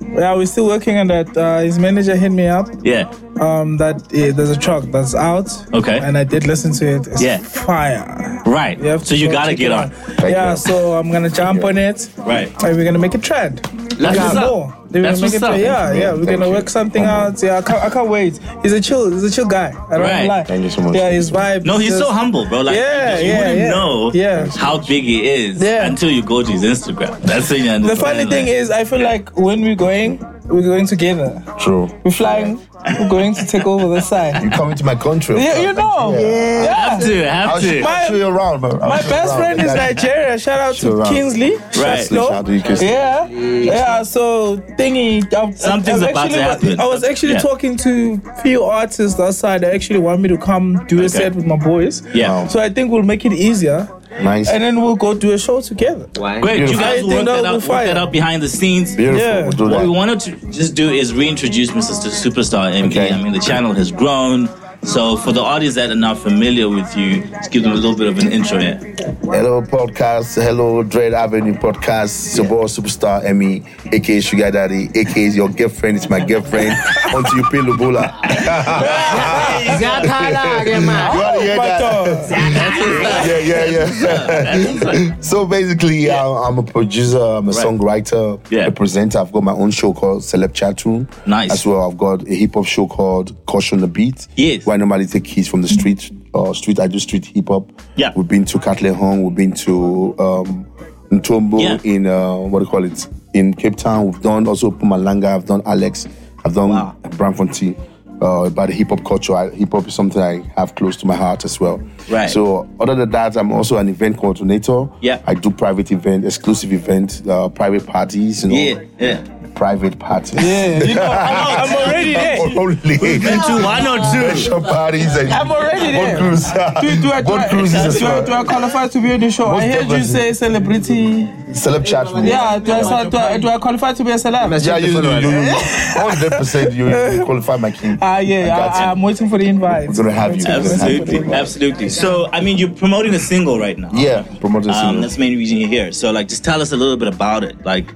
[SPEAKER 4] yeah, we're still working on that. Uh, his manager hit me up.
[SPEAKER 7] yeah,
[SPEAKER 4] Um, that uh, there's a track that's out.
[SPEAKER 7] Okay.
[SPEAKER 4] And I did listen to it. It's
[SPEAKER 7] Yeah.
[SPEAKER 4] Fire.
[SPEAKER 7] right.
[SPEAKER 4] You have to
[SPEAKER 7] So you
[SPEAKER 4] go
[SPEAKER 7] gotta
[SPEAKER 4] check
[SPEAKER 7] get
[SPEAKER 4] it
[SPEAKER 7] on.
[SPEAKER 4] out. Yeah,
[SPEAKER 8] you.
[SPEAKER 4] so I'm gonna jump on it.
[SPEAKER 7] Right.
[SPEAKER 4] And we're gonna make a trend.
[SPEAKER 7] That's what's up.
[SPEAKER 4] more. We're gonna
[SPEAKER 7] That's
[SPEAKER 4] make it
[SPEAKER 7] what's up.
[SPEAKER 4] trend. Yeah, yeah. We're
[SPEAKER 8] Thank
[SPEAKER 4] gonna
[SPEAKER 8] you.
[SPEAKER 4] work something out. Yeah, I can't, I can't wait. He's a chill. He's a chill guy. I don't
[SPEAKER 7] Right.
[SPEAKER 4] lie.
[SPEAKER 8] Thank you so much.
[SPEAKER 4] Yeah, his vibe.
[SPEAKER 7] No,
[SPEAKER 4] is
[SPEAKER 7] he's so
[SPEAKER 4] just-
[SPEAKER 7] humble, bro. Like,
[SPEAKER 4] Yeah,
[SPEAKER 7] you just
[SPEAKER 4] yeah,
[SPEAKER 7] wouldn't
[SPEAKER 4] yeah.
[SPEAKER 7] know
[SPEAKER 4] Yeah.
[SPEAKER 7] how big he is
[SPEAKER 4] Yeah.
[SPEAKER 7] until you go to his Instagram. That's when you
[SPEAKER 4] The
[SPEAKER 7] understand.
[SPEAKER 4] funny
[SPEAKER 7] like-
[SPEAKER 4] thing is, I feel like when we're going, we're going together.
[SPEAKER 8] <laughs> True.
[SPEAKER 4] We're flying. We're going to take over the side.
[SPEAKER 8] <laughs> You coming to my country?
[SPEAKER 4] Yeah, you know.
[SPEAKER 8] Yeah.
[SPEAKER 7] have to,
[SPEAKER 8] I'll
[SPEAKER 7] have
[SPEAKER 8] show,
[SPEAKER 7] to.
[SPEAKER 8] I'll show you around, man. I'll
[SPEAKER 4] My
[SPEAKER 8] show you
[SPEAKER 4] best
[SPEAKER 8] around.
[SPEAKER 4] friend is
[SPEAKER 8] Like,
[SPEAKER 4] Nigeria. Shout out to
[SPEAKER 8] Sure, um,
[SPEAKER 4] Kinsley.
[SPEAKER 7] Right.
[SPEAKER 4] Shaslo.
[SPEAKER 8] Shout out to Kinsley.
[SPEAKER 4] Yeah. Yeah. So thingy. I'm,
[SPEAKER 7] Something's
[SPEAKER 4] I'm
[SPEAKER 7] about to
[SPEAKER 4] actually,
[SPEAKER 7] happen.
[SPEAKER 4] I was actually
[SPEAKER 7] Yeah.
[SPEAKER 4] talking to few artists outside. They actually want me to come do a set with my boys.
[SPEAKER 7] Yeah.
[SPEAKER 4] So I think we'll make it easier,
[SPEAKER 8] Nice.
[SPEAKER 4] and then we'll go do a show together.
[SPEAKER 1] Why?
[SPEAKER 7] Great. You
[SPEAKER 8] Beautiful.
[SPEAKER 7] guys
[SPEAKER 4] I
[SPEAKER 7] will
[SPEAKER 4] think
[SPEAKER 7] work
[SPEAKER 4] that
[SPEAKER 7] that
[SPEAKER 4] will
[SPEAKER 7] out,
[SPEAKER 4] be
[SPEAKER 7] work
[SPEAKER 4] fire.
[SPEAKER 7] that out behind the scenes.
[SPEAKER 8] Beautiful.
[SPEAKER 4] Yeah.
[SPEAKER 8] We'll do
[SPEAKER 7] What we
[SPEAKER 8] that.
[SPEAKER 7] wanted to just do is reintroduce Mr. Superstar MD.
[SPEAKER 8] Okay.
[SPEAKER 7] I mean, the channel has grown. So for the artists that are not familiar with you, let's give them a little bit of an intro here.
[SPEAKER 8] Hello, podcast. Hello, Dread Avenue podcast. It's your boy, Superstar Emmy, aka Sugar Daddy, aka your girlfriend is my girlfriend
[SPEAKER 4] <laughs>
[SPEAKER 8] until you pay Lubula. <laughs> You want to hear that? yeah,
[SPEAKER 7] uh,
[SPEAKER 8] yeah, yeah. so basically, I- I'm a producer, I'm a
[SPEAKER 7] Right.
[SPEAKER 8] songwriter,
[SPEAKER 7] Yeah.
[SPEAKER 8] a presenter. I've got my own show called Celeb Chatroom.
[SPEAKER 7] Nice.
[SPEAKER 8] As well, I've got a hip hop show called Caution the Beat.
[SPEAKER 7] Yes.
[SPEAKER 8] Where I normally take kids from the street. Uh, street, I do street hip hop.
[SPEAKER 7] Yeah.
[SPEAKER 8] We've been to Katlehong. We've been to um, Ntombo
[SPEAKER 7] Yeah.
[SPEAKER 8] in uh, what do you call it? In Cape Town. We've done also Pumalanga. I've done Alex. I've done
[SPEAKER 7] Wow.
[SPEAKER 8] Bramfontein. Uh, about hip hop culture, I- hip hop is something I have close to my heart as well.
[SPEAKER 7] Right.
[SPEAKER 8] So other than that, I'm also an event coordinator.
[SPEAKER 7] Yeah.
[SPEAKER 8] I do private event, exclusive event, uh, private parties. You know,
[SPEAKER 7] Yeah, yeah.
[SPEAKER 8] private parties. Yeah. <laughs>
[SPEAKER 4] You know, I'm, I'm already there.
[SPEAKER 8] Only
[SPEAKER 7] Into one or two.
[SPEAKER 8] special parties and
[SPEAKER 4] I'm already there.
[SPEAKER 8] boat cruise.
[SPEAKER 4] Do, do, I, do,
[SPEAKER 8] boat
[SPEAKER 4] I,
[SPEAKER 8] cruises as
[SPEAKER 4] do, I, do
[SPEAKER 8] well.
[SPEAKER 4] I qualify to be on the show? I
[SPEAKER 8] Most
[SPEAKER 4] heard you
[SPEAKER 8] definitely.
[SPEAKER 4] say celebrity.
[SPEAKER 8] Celeb chat room.
[SPEAKER 4] Yeah, do I, do I, do I qualify to be a celeb?
[SPEAKER 8] Yeah, you, you, you, you, 100% you, you qualify my king.
[SPEAKER 4] <laughs> Ah, yeah,
[SPEAKER 8] got you.
[SPEAKER 4] I, I'm waiting for the invite.
[SPEAKER 8] I'm gonna have you.
[SPEAKER 7] Absolutely, absolutely. So I mean, you're promoting a single right now.
[SPEAKER 8] Yeah, promoting
[SPEAKER 7] Um,
[SPEAKER 8] single.
[SPEAKER 7] that's the main reason you're here. So like, just tell us a little bit about it. Like,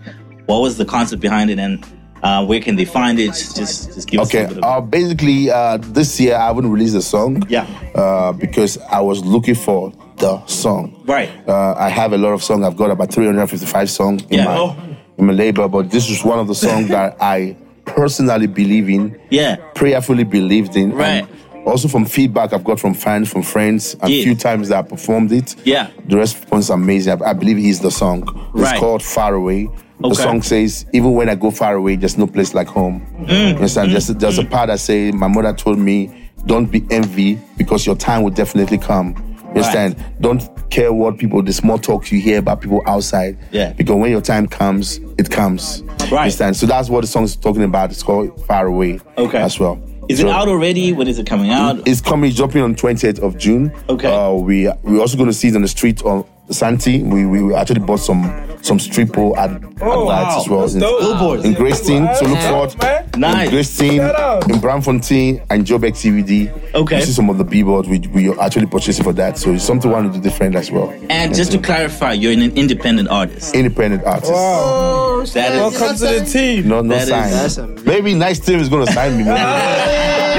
[SPEAKER 7] what was the concept behind it, and uh, where can they find it? Just, just give
[SPEAKER 8] Okay.
[SPEAKER 7] us a little bit
[SPEAKER 8] Uh,
[SPEAKER 7] of.
[SPEAKER 8] basically, uh, this year I haven't released a song.
[SPEAKER 7] Yeah.
[SPEAKER 8] Uh, because I was looking for the song.
[SPEAKER 7] Right.
[SPEAKER 8] Uh, I have a lot of songs. I've got about 355 songs in
[SPEAKER 7] Yeah.
[SPEAKER 8] my
[SPEAKER 7] Oh.
[SPEAKER 8] in my labor, but this is one of the songs that I personally believe in.
[SPEAKER 7] Yeah.
[SPEAKER 8] Prayerfully believed in.
[SPEAKER 7] Right.
[SPEAKER 8] And also from feedback I've got from fans, from friends, and
[SPEAKER 7] Yeah.
[SPEAKER 8] few times that I performed it.
[SPEAKER 7] Yeah.
[SPEAKER 8] The response is amazing. I, I believe he's the song.
[SPEAKER 7] Right.
[SPEAKER 8] It's called Far Away. The
[SPEAKER 7] Okay.
[SPEAKER 8] song says, even when I go far away, there's no place like home. You
[SPEAKER 7] Mm.
[SPEAKER 8] understand? There's, there's a part that says, my mother told me, don't be envy because your time will definitely come. You
[SPEAKER 7] Right.
[SPEAKER 8] understand? Don't care what people, the small talks you hear about people outside.
[SPEAKER 7] Yeah.
[SPEAKER 8] Because when your time comes, it comes. You
[SPEAKER 7] Right.
[SPEAKER 8] understand? So that's what the song is talking about. It's called Far Away
[SPEAKER 7] Okay.
[SPEAKER 8] as well.
[SPEAKER 7] Is
[SPEAKER 8] So-
[SPEAKER 7] it out already? When is it coming out?
[SPEAKER 8] it's coming dropping on 28th of June.
[SPEAKER 7] Okay.
[SPEAKER 8] Uh, we we're also going to see it on the street on Santi. We, we we actually bought some some stripo at, at
[SPEAKER 4] Oh,
[SPEAKER 8] lights as well
[SPEAKER 4] That's
[SPEAKER 8] in,
[SPEAKER 4] dope.
[SPEAKER 8] in Grayston. So look forward.
[SPEAKER 4] Man.
[SPEAKER 7] Nice.
[SPEAKER 4] Shout
[SPEAKER 8] In Grayston,
[SPEAKER 4] out.
[SPEAKER 8] in Bramfontein, and Jobek CBD.
[SPEAKER 7] Okay.
[SPEAKER 8] You see some of the billboards we we are actually purchasing for that. So it's something we want to do different as well.
[SPEAKER 7] And just to clarify, you're an independent artist.
[SPEAKER 8] Independent artists.
[SPEAKER 7] That is
[SPEAKER 4] Welcome to the <laughs> team.
[SPEAKER 8] No, no
[SPEAKER 7] That is- that's
[SPEAKER 8] sign. Maybe nice team is gonna sign me. man.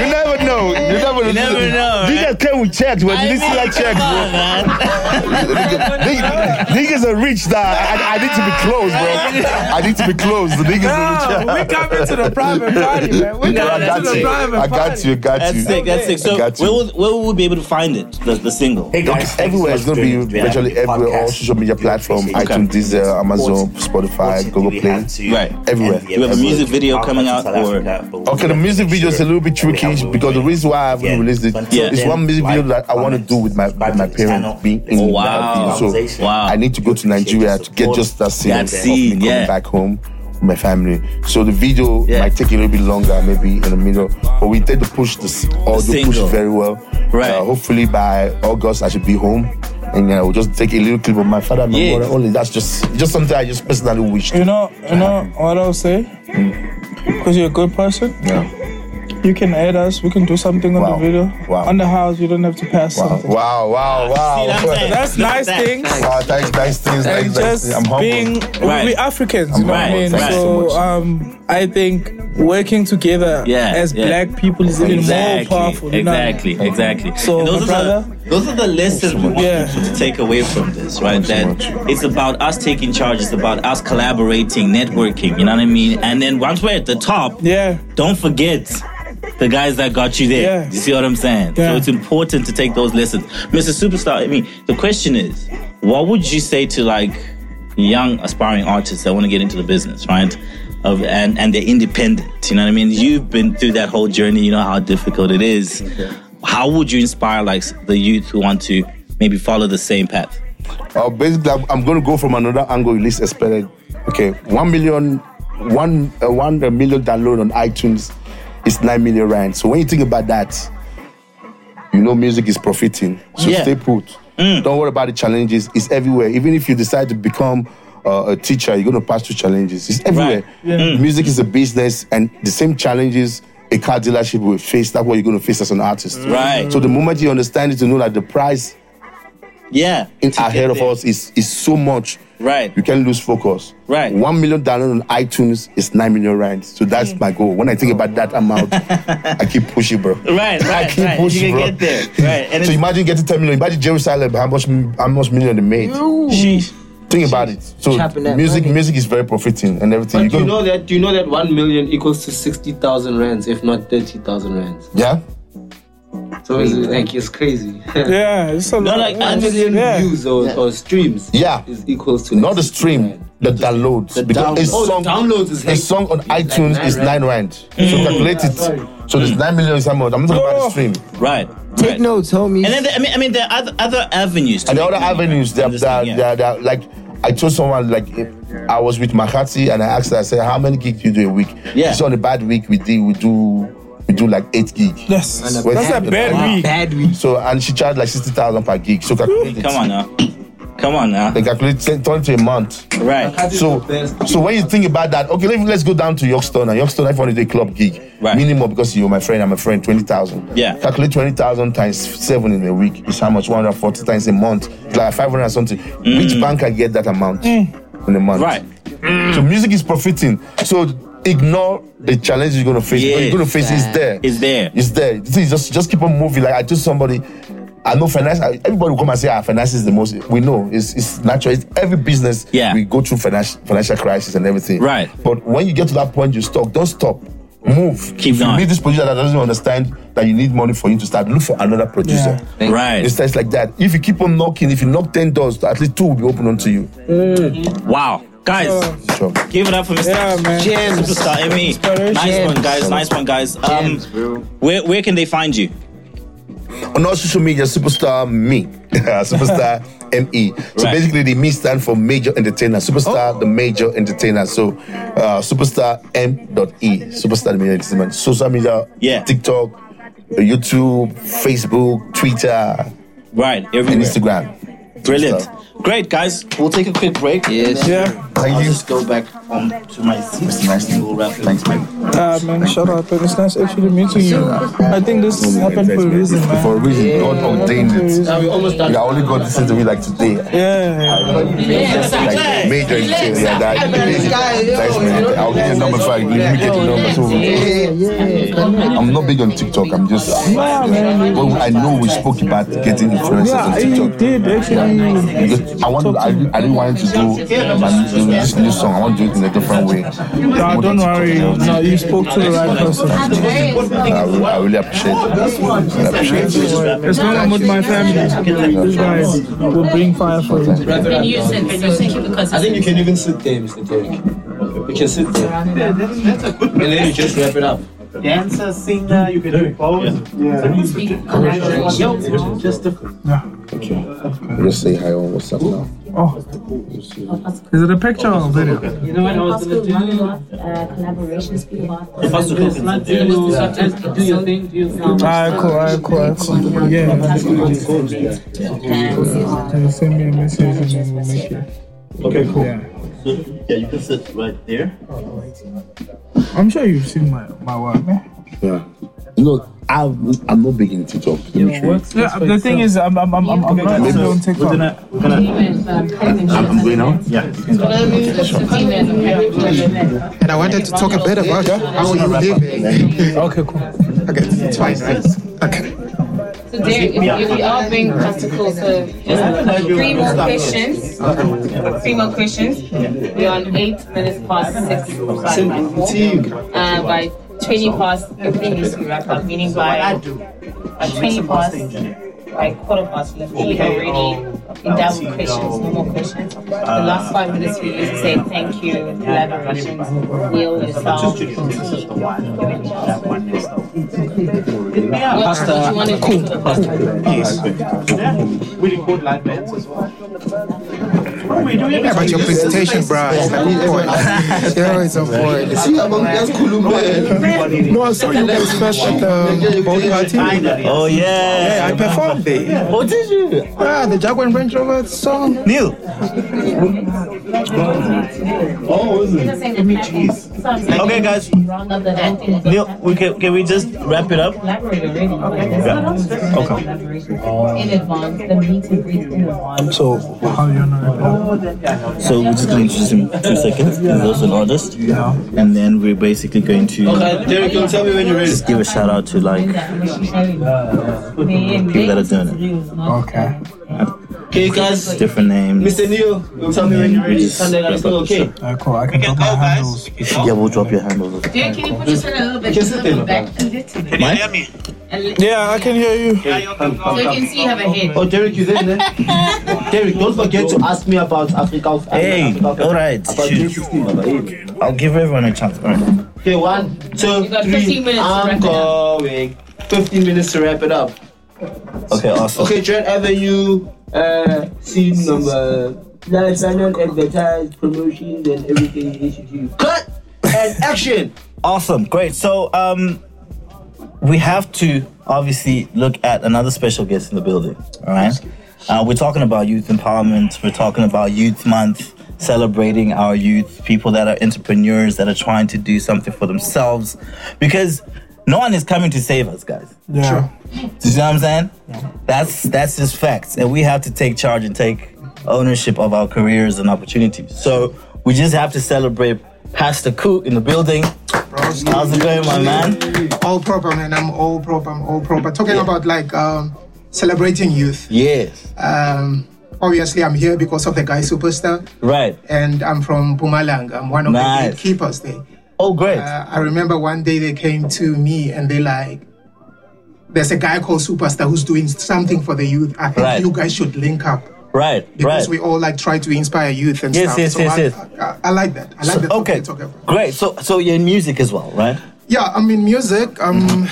[SPEAKER 4] <laughs>
[SPEAKER 8] you never know. You never, you
[SPEAKER 7] never know,
[SPEAKER 8] Niggas came with checks, but you didn't see that check, bro. Niggas, niggas are rich now. I, I need to be close, bro. I need to be close. The niggas are
[SPEAKER 4] No, we
[SPEAKER 8] rich.
[SPEAKER 4] coming to the private party, man. We
[SPEAKER 8] No, I
[SPEAKER 4] coming
[SPEAKER 8] got
[SPEAKER 4] to the
[SPEAKER 8] you.
[SPEAKER 4] private
[SPEAKER 8] I got
[SPEAKER 4] party.
[SPEAKER 8] you. I got you.
[SPEAKER 7] That's sick. That's sick. So
[SPEAKER 8] I got you.
[SPEAKER 7] where will, where will we be able to find it? The, the single.
[SPEAKER 9] Hey guys, thanks
[SPEAKER 8] Everywhere,
[SPEAKER 9] so
[SPEAKER 8] it's
[SPEAKER 9] much
[SPEAKER 8] gonna be
[SPEAKER 9] for doing
[SPEAKER 8] virtually
[SPEAKER 9] the
[SPEAKER 8] everywhere, all
[SPEAKER 9] podcast.
[SPEAKER 8] social media platforms,
[SPEAKER 9] Appreciate it.
[SPEAKER 8] iTunes, Deezer, Amazon,
[SPEAKER 9] What-
[SPEAKER 8] Spotify,
[SPEAKER 9] what
[SPEAKER 8] Google
[SPEAKER 9] do we
[SPEAKER 8] Play.
[SPEAKER 9] have to-
[SPEAKER 7] Right.
[SPEAKER 8] Everywhere.
[SPEAKER 9] and the
[SPEAKER 8] You have a
[SPEAKER 9] episode
[SPEAKER 7] music video
[SPEAKER 9] outcome
[SPEAKER 7] coming
[SPEAKER 9] to
[SPEAKER 7] out
[SPEAKER 9] South
[SPEAKER 7] or-
[SPEAKER 9] Africa, but we'll
[SPEAKER 8] Okay, the
[SPEAKER 9] make
[SPEAKER 8] music video is a
[SPEAKER 9] sure
[SPEAKER 8] little bit
[SPEAKER 9] that we have
[SPEAKER 8] tricky
[SPEAKER 9] one
[SPEAKER 8] because the
[SPEAKER 9] way.
[SPEAKER 8] reason why I haven't
[SPEAKER 9] Yeah.
[SPEAKER 8] released it,
[SPEAKER 9] But
[SPEAKER 7] Yeah.
[SPEAKER 8] it's one music video that I want to do with my with my parents being in
[SPEAKER 7] Oh, wow.
[SPEAKER 8] Ghana. So
[SPEAKER 7] Wow.
[SPEAKER 8] I need to go to Nigeria to get just that scene
[SPEAKER 7] That
[SPEAKER 8] of
[SPEAKER 7] scene,
[SPEAKER 8] me
[SPEAKER 7] yeah.
[SPEAKER 8] coming back home with my family. So the video
[SPEAKER 7] Yeah.
[SPEAKER 8] might take a little bit longer, maybe in the middle, but we tend to push this audio push
[SPEAKER 7] single.
[SPEAKER 8] it very well.
[SPEAKER 7] Right.
[SPEAKER 8] Uh, hopefully by August I should be home. And I will just take a little clip of my father and my
[SPEAKER 7] Yeah.
[SPEAKER 8] mother only. That's just just something I just personally wished.
[SPEAKER 4] You know, you know what I'll say? Because you're a good person.
[SPEAKER 8] Yeah.
[SPEAKER 4] You can add us. We can do something on
[SPEAKER 8] Wow.
[SPEAKER 4] the video.
[SPEAKER 8] Wow.
[SPEAKER 4] On the house, you don't have to pass
[SPEAKER 8] Wow,
[SPEAKER 4] something.
[SPEAKER 8] wow, wow, wow.
[SPEAKER 7] See, that's it.
[SPEAKER 4] That's nice
[SPEAKER 7] That's
[SPEAKER 4] things.
[SPEAKER 8] Wow, thanks, thanks, things,
[SPEAKER 4] And
[SPEAKER 8] thanks, thanks.
[SPEAKER 4] just
[SPEAKER 8] I'm humble.
[SPEAKER 4] being,
[SPEAKER 7] Right.
[SPEAKER 4] we Africans, you know what I
[SPEAKER 7] humble.
[SPEAKER 4] mean?
[SPEAKER 7] Thank you
[SPEAKER 8] so
[SPEAKER 4] so
[SPEAKER 8] much.
[SPEAKER 4] um, I think working together
[SPEAKER 7] Yeah,
[SPEAKER 4] as
[SPEAKER 7] yeah.
[SPEAKER 4] black people is even
[SPEAKER 7] Exactly.
[SPEAKER 4] more powerful. you know?
[SPEAKER 7] Exactly. Exactly.
[SPEAKER 4] So,
[SPEAKER 7] And those,
[SPEAKER 4] my
[SPEAKER 7] are
[SPEAKER 4] brother-
[SPEAKER 7] the, those are the lessons we want
[SPEAKER 4] Yeah.
[SPEAKER 7] people to take away from this, right? That it's about us taking charge. It's about us collaborating, networking. You know what I mean? And then once we're at the top,
[SPEAKER 4] Yeah.
[SPEAKER 7] don't forget the guys that got you there.
[SPEAKER 4] Yeah.
[SPEAKER 7] You see what I'm saying?
[SPEAKER 4] Yeah.
[SPEAKER 7] So it's important to take those lessons. Mr. Superstar, I mean, the question is, what would you say to like young aspiring artists that want to get into the business, right? Of and, and they're independent. You know what I mean? You've been through that whole journey, you know how difficult it is. How would you inspire like the youth who want to maybe follow the same path?
[SPEAKER 8] Uh, basically, I'm, I'm going to go from another angle you least expected. Okay, one million, one, uh, one million download on iTunes is nine million rand. So when you think about that, you know music is profiting. So
[SPEAKER 7] Yeah. Mm.
[SPEAKER 8] stay put. Don't worry about the challenges. It's everywhere. Even if you decide to become uh, a
[SPEAKER 7] Mm.
[SPEAKER 8] teacher, you're going to pass through challenges. It's everywhere.
[SPEAKER 7] Right. Yeah.
[SPEAKER 8] Music is a business, and the same challenges a car dealership will face, that's what you're going to face as an artist.
[SPEAKER 7] Right.
[SPEAKER 8] So the moment you understand it, you know that the price
[SPEAKER 7] Yeah.
[SPEAKER 8] in ahead of us is is so much.
[SPEAKER 7] Right.
[SPEAKER 8] You can lose focus.
[SPEAKER 7] Right.
[SPEAKER 8] One million downloads on iTunes is nine million rand. So that's my goal. When I think about that amount, I keep pushing, bro.
[SPEAKER 7] Right,
[SPEAKER 8] <laughs> I
[SPEAKER 7] right,
[SPEAKER 8] keep
[SPEAKER 7] right.
[SPEAKER 8] pushing,
[SPEAKER 7] you can
[SPEAKER 8] bro.
[SPEAKER 7] get there. Right. And
[SPEAKER 8] so
[SPEAKER 7] it's,
[SPEAKER 8] imagine getting ten million. Imagine Jerusalem. How much? How much million they made?
[SPEAKER 7] sheesh.
[SPEAKER 8] Think about it. So
[SPEAKER 6] Chopping that
[SPEAKER 8] music,
[SPEAKER 6] money.
[SPEAKER 8] music is very profiting and everything.
[SPEAKER 5] But
[SPEAKER 8] You
[SPEAKER 5] do you
[SPEAKER 8] go-
[SPEAKER 5] know that do you know that one million equals to sixty thousand rands, if not thirty thousand rands.
[SPEAKER 8] yeah.
[SPEAKER 5] So it's like it's
[SPEAKER 8] <laughs>
[SPEAKER 5] crazy. <laughs>
[SPEAKER 4] Yeah, it's a lot.
[SPEAKER 7] like,
[SPEAKER 4] yeah.
[SPEAKER 5] One million
[SPEAKER 4] yeah.
[SPEAKER 5] views or, or streams
[SPEAKER 8] Yeah.
[SPEAKER 5] is equals to
[SPEAKER 8] Not the
[SPEAKER 5] 60
[SPEAKER 8] stream,
[SPEAKER 5] rand.
[SPEAKER 8] the downloads. because a
[SPEAKER 5] Oh, the
[SPEAKER 8] song,
[SPEAKER 5] downloads is
[SPEAKER 8] a
[SPEAKER 5] hec-
[SPEAKER 8] song on iTunes
[SPEAKER 5] nine
[SPEAKER 8] is nine rand. So calculate it. So there's nine million is how much? I'm not talking about the
[SPEAKER 4] Oh.
[SPEAKER 8] stream.
[SPEAKER 7] Right.
[SPEAKER 6] Take
[SPEAKER 7] right.
[SPEAKER 6] notes, homies.
[SPEAKER 7] And then there, I mean, I mean, there are other, other avenues. To
[SPEAKER 8] and the
[SPEAKER 7] make
[SPEAKER 8] other
[SPEAKER 7] money, right?
[SPEAKER 8] avenues that
[SPEAKER 7] I'm just
[SPEAKER 8] that,
[SPEAKER 7] saying, yeah.
[SPEAKER 8] that, that like I told someone like if I was with Makati and I asked her, I said, How many gigs do you do a week?
[SPEAKER 7] Yeah.
[SPEAKER 8] She said on a bad week we do we do we do like eight gig.
[SPEAKER 4] Yes.
[SPEAKER 8] And a
[SPEAKER 4] That's
[SPEAKER 8] bad-
[SPEAKER 4] a bad
[SPEAKER 8] Wow.
[SPEAKER 4] week.
[SPEAKER 6] Bad week.
[SPEAKER 8] So and she charged like sixty thousand per gig. So calculate it.
[SPEAKER 7] Come on now. Come on now.
[SPEAKER 8] They calculate say, turn it to a month.
[SPEAKER 7] Right.
[SPEAKER 8] So, so when you think about that, okay, let, let's go down to Yorkstown and Yorkstown. If I want to do a club gig,
[SPEAKER 7] Right.
[SPEAKER 8] minimum because you're my friend, I'm a friend, twenty thousand.
[SPEAKER 7] Yeah.
[SPEAKER 8] calculate twenty thousand times seven in a week is how much one hundred forty times a month, it's like five hundred something. Which bank can get that amount in a month?
[SPEAKER 7] Mm. Right.
[SPEAKER 8] So music is profiting. So ignore the challenge you're gonna face. What
[SPEAKER 7] Yes.
[SPEAKER 8] you're gonna face is there.
[SPEAKER 7] It's there.
[SPEAKER 8] It's there. The thing is just just keep on moving. Like I told somebody, I know finance. I- Everybody will come and say, "Ah, finance is the most." We know it's it's natural. It's every business.
[SPEAKER 7] Yeah.
[SPEAKER 8] We go through financial financial crisis and everything.
[SPEAKER 7] Right.
[SPEAKER 8] But when you get to that point, you stop. Don't stop. Move.
[SPEAKER 7] Keep
[SPEAKER 8] if you
[SPEAKER 7] going.
[SPEAKER 8] meet this producer that doesn't understand that you need money for you to start, look for another producer.
[SPEAKER 7] Right.
[SPEAKER 8] It's just like that. If you keep on knocking, if you knock ten doors, at least two will be open onto you.
[SPEAKER 7] Wow. Guys,
[SPEAKER 8] Sure.
[SPEAKER 7] give it up for Mr.
[SPEAKER 4] Yeah, man.
[SPEAKER 7] Superstar ME. Nice one, guys. Nice one, guys. Um, where, where can they find you?
[SPEAKER 8] on all social media, superstar me, <laughs>
[SPEAKER 7] <laughs>
[SPEAKER 8] superstar me. So
[SPEAKER 7] Right. Oh.
[SPEAKER 8] basically, the me stand for major entertainer, superstar the major entertainer. So uh, superstar m dot e, superstar the major entertainment. Social media,
[SPEAKER 7] Yeah.
[SPEAKER 8] TikTok, YouTube, Facebook, Twitter,
[SPEAKER 7] Right.
[SPEAKER 8] and
[SPEAKER 7] Everywhere.
[SPEAKER 8] Instagram.
[SPEAKER 7] Brilliant. Great, guys. We'll take a quick break.
[SPEAKER 6] Yes.
[SPEAKER 4] Yeah.
[SPEAKER 8] Thank
[SPEAKER 7] I'll
[SPEAKER 8] you.
[SPEAKER 7] just go back on to my seat. and We'll wrap it up.
[SPEAKER 10] Thanks, man.
[SPEAKER 4] Ah, man, shout out. But it's nice actually meeting you. I think this happened for a reason, man.
[SPEAKER 8] For a reason,
[SPEAKER 4] Yeah,
[SPEAKER 8] God ordained
[SPEAKER 4] for a
[SPEAKER 8] it.
[SPEAKER 4] reason.
[SPEAKER 5] Yeah, we almost done.
[SPEAKER 8] I only got this interview like today.
[SPEAKER 4] Yeah.
[SPEAKER 8] Like major entertainer. Yeah, that, thanks, man. I'll get your number if I let me get your number. So, I'm not big on TikTok. I'm just.
[SPEAKER 4] Yeah, man.
[SPEAKER 8] Well, I know we spoke about getting influencers
[SPEAKER 4] Yeah,
[SPEAKER 8] on
[SPEAKER 4] you
[SPEAKER 8] TikTok.
[SPEAKER 4] did actually.
[SPEAKER 8] Because I want. I, I didn't want to do my new- this new song. I want to do it in a different way.
[SPEAKER 4] Nah, don't worry. No, you spoke to the right person.
[SPEAKER 8] I, re- I really appreciate it. I appreciate it.
[SPEAKER 4] As long as I'm with my family, this guy will bring fire for you.
[SPEAKER 9] Can you sit? Can you sit? Because
[SPEAKER 5] I think you can even sit there, Mr. Derek. You can sit there. And then you just wrap it up.
[SPEAKER 11] Dancer, singer, you can do both. Yeah. Just different.
[SPEAKER 8] Just say hi on WhatsApp now.
[SPEAKER 4] Oh. Is it a picture or a video?
[SPEAKER 11] You know when I was in the gym,
[SPEAKER 9] collaborations be about.
[SPEAKER 11] if I was just like, you know, just do your thing, do your thing.
[SPEAKER 4] Alright, Ah, cool, alright, cool, alright, cool. Yeah, man, just gonna do it. Can you send me a message and we'll make it.
[SPEAKER 11] Okay, cool.
[SPEAKER 4] Yeah.
[SPEAKER 11] Yeah, you can sit right there.
[SPEAKER 4] I'm sure you've seen my, my work, man.
[SPEAKER 8] Yeah. Look, I'm I'm not big in TikTok.
[SPEAKER 4] Yeah, the thing is, I'm, I'm, I'm, I'm, I'm not really on TikTok.
[SPEAKER 11] um,
[SPEAKER 8] I'm, I'm going out.
[SPEAKER 9] And
[SPEAKER 12] I wanted to talk a bit about
[SPEAKER 8] Oh,
[SPEAKER 12] how you living.
[SPEAKER 4] Okay, cool.
[SPEAKER 12] Okay, it's fine, right? Okay.
[SPEAKER 9] So there, we all bring practical. So just three more questions. Three more questions. We're on eight minutes past six by four. Uh, by twenty past, everything needs to be wrapped up. Meaning by by twenty past, by quarter past, we we already in double questions, no more questions. The last five minutes we just say thank you, collaborations, Neil yourself, the team. What did you want to do for the pasta?
[SPEAKER 11] We record live bands as well.
[SPEAKER 9] Yeah, but your presentation, bro, is like on point. <laughs> yeah, it's on point. No, I saw you guys first at the boat party.
[SPEAKER 1] Oh, yeah.
[SPEAKER 9] Yeah, I performed there.
[SPEAKER 1] Oh, did you?
[SPEAKER 9] Yeah, the Jaguar and Range Rover song.
[SPEAKER 1] Neil.
[SPEAKER 13] Oh, is it?
[SPEAKER 1] Okay, guys. Neil, we can, can we just wrap it up? Yeah. Okay.
[SPEAKER 13] In advance, the meet and greet in advance.
[SPEAKER 4] So, how you
[SPEAKER 1] So we're just going to introduce him in two seconds. He's also an artist. Yeah. And then we're basically going to
[SPEAKER 5] Derek, you tell me when you're ready.
[SPEAKER 1] just give a shout out to like people that are doing it.
[SPEAKER 9] Okay.
[SPEAKER 5] Okay, guys.
[SPEAKER 1] Different names.
[SPEAKER 5] Mr. Neil, you tell me when you're ready. Sunday, that's still okay.
[SPEAKER 9] Uh, cool. I can drop my handles.
[SPEAKER 1] Yeah, we'll drop your handle.
[SPEAKER 13] Derek, can you put yourself a little bit just a little back a little bit?
[SPEAKER 1] Mike?
[SPEAKER 13] And let-
[SPEAKER 4] Yeah, I can hear you.
[SPEAKER 13] So you can see you have a head.
[SPEAKER 5] Oh, Derek, you
[SPEAKER 13] <laughs>
[SPEAKER 5] there? man? Derek, don't forget to ask me about Africa.
[SPEAKER 1] Hey,
[SPEAKER 5] Africa.
[SPEAKER 1] all right.
[SPEAKER 5] About
[SPEAKER 1] shoot.
[SPEAKER 5] 360, about eight.
[SPEAKER 1] I'll give everyone a chance. All right.
[SPEAKER 5] Okay, one, two,
[SPEAKER 13] You got
[SPEAKER 5] three.
[SPEAKER 13] 15 minutes to wrap
[SPEAKER 5] I'm
[SPEAKER 13] it up.
[SPEAKER 5] going. 15 minutes to wrap it up.
[SPEAKER 1] Okay, awesome.
[SPEAKER 5] Okay, Trent Avenue, uh, scene number. Live finance, advertise, promotions, and everything you need to do. Cut! And action!
[SPEAKER 1] Awesome, great. So um, we have to obviously look at another special guest in the building. All right, uh, we're talking about youth empowerment. We're talking about Youth Month, celebrating our youth, people that are entrepreneurs that are trying to do something for themselves, because no one is coming to save us, guys.
[SPEAKER 4] Yeah.
[SPEAKER 1] Do you know what I'm saying? That's that's just facts, and we have to take charge and take ownership of our careers and opportunities. So we just have to celebrate Pastor Coot in the building. How's it going, my man?
[SPEAKER 9] All Oh, proper, man. I'm all proper. I'm all proper. Talking about like um, celebrating youth.
[SPEAKER 1] Yes,
[SPEAKER 9] Um, obviously, I'm here because of the guy superstar,
[SPEAKER 1] right.
[SPEAKER 9] and I'm from Bumalang. I'm one of
[SPEAKER 1] Nice.
[SPEAKER 9] the gatekeepers there.
[SPEAKER 1] Oh, great.
[SPEAKER 9] Uh, I remember one day they came to me and they like, there's a guy called Superstar who's doing something for the youth. I think
[SPEAKER 1] Right.
[SPEAKER 9] you guys should link up
[SPEAKER 1] right, right.
[SPEAKER 9] because we all like try to inspire youth and
[SPEAKER 1] Yes,
[SPEAKER 9] stuff.
[SPEAKER 1] yes,
[SPEAKER 9] so
[SPEAKER 1] yes,
[SPEAKER 9] I,
[SPEAKER 1] yes.
[SPEAKER 9] I, I, I like that. I like
[SPEAKER 1] So-
[SPEAKER 9] that.
[SPEAKER 1] okay,
[SPEAKER 9] Talk about.
[SPEAKER 1] great. So, so you're in music as well, right?
[SPEAKER 9] Yeah, I'm in music. I'm,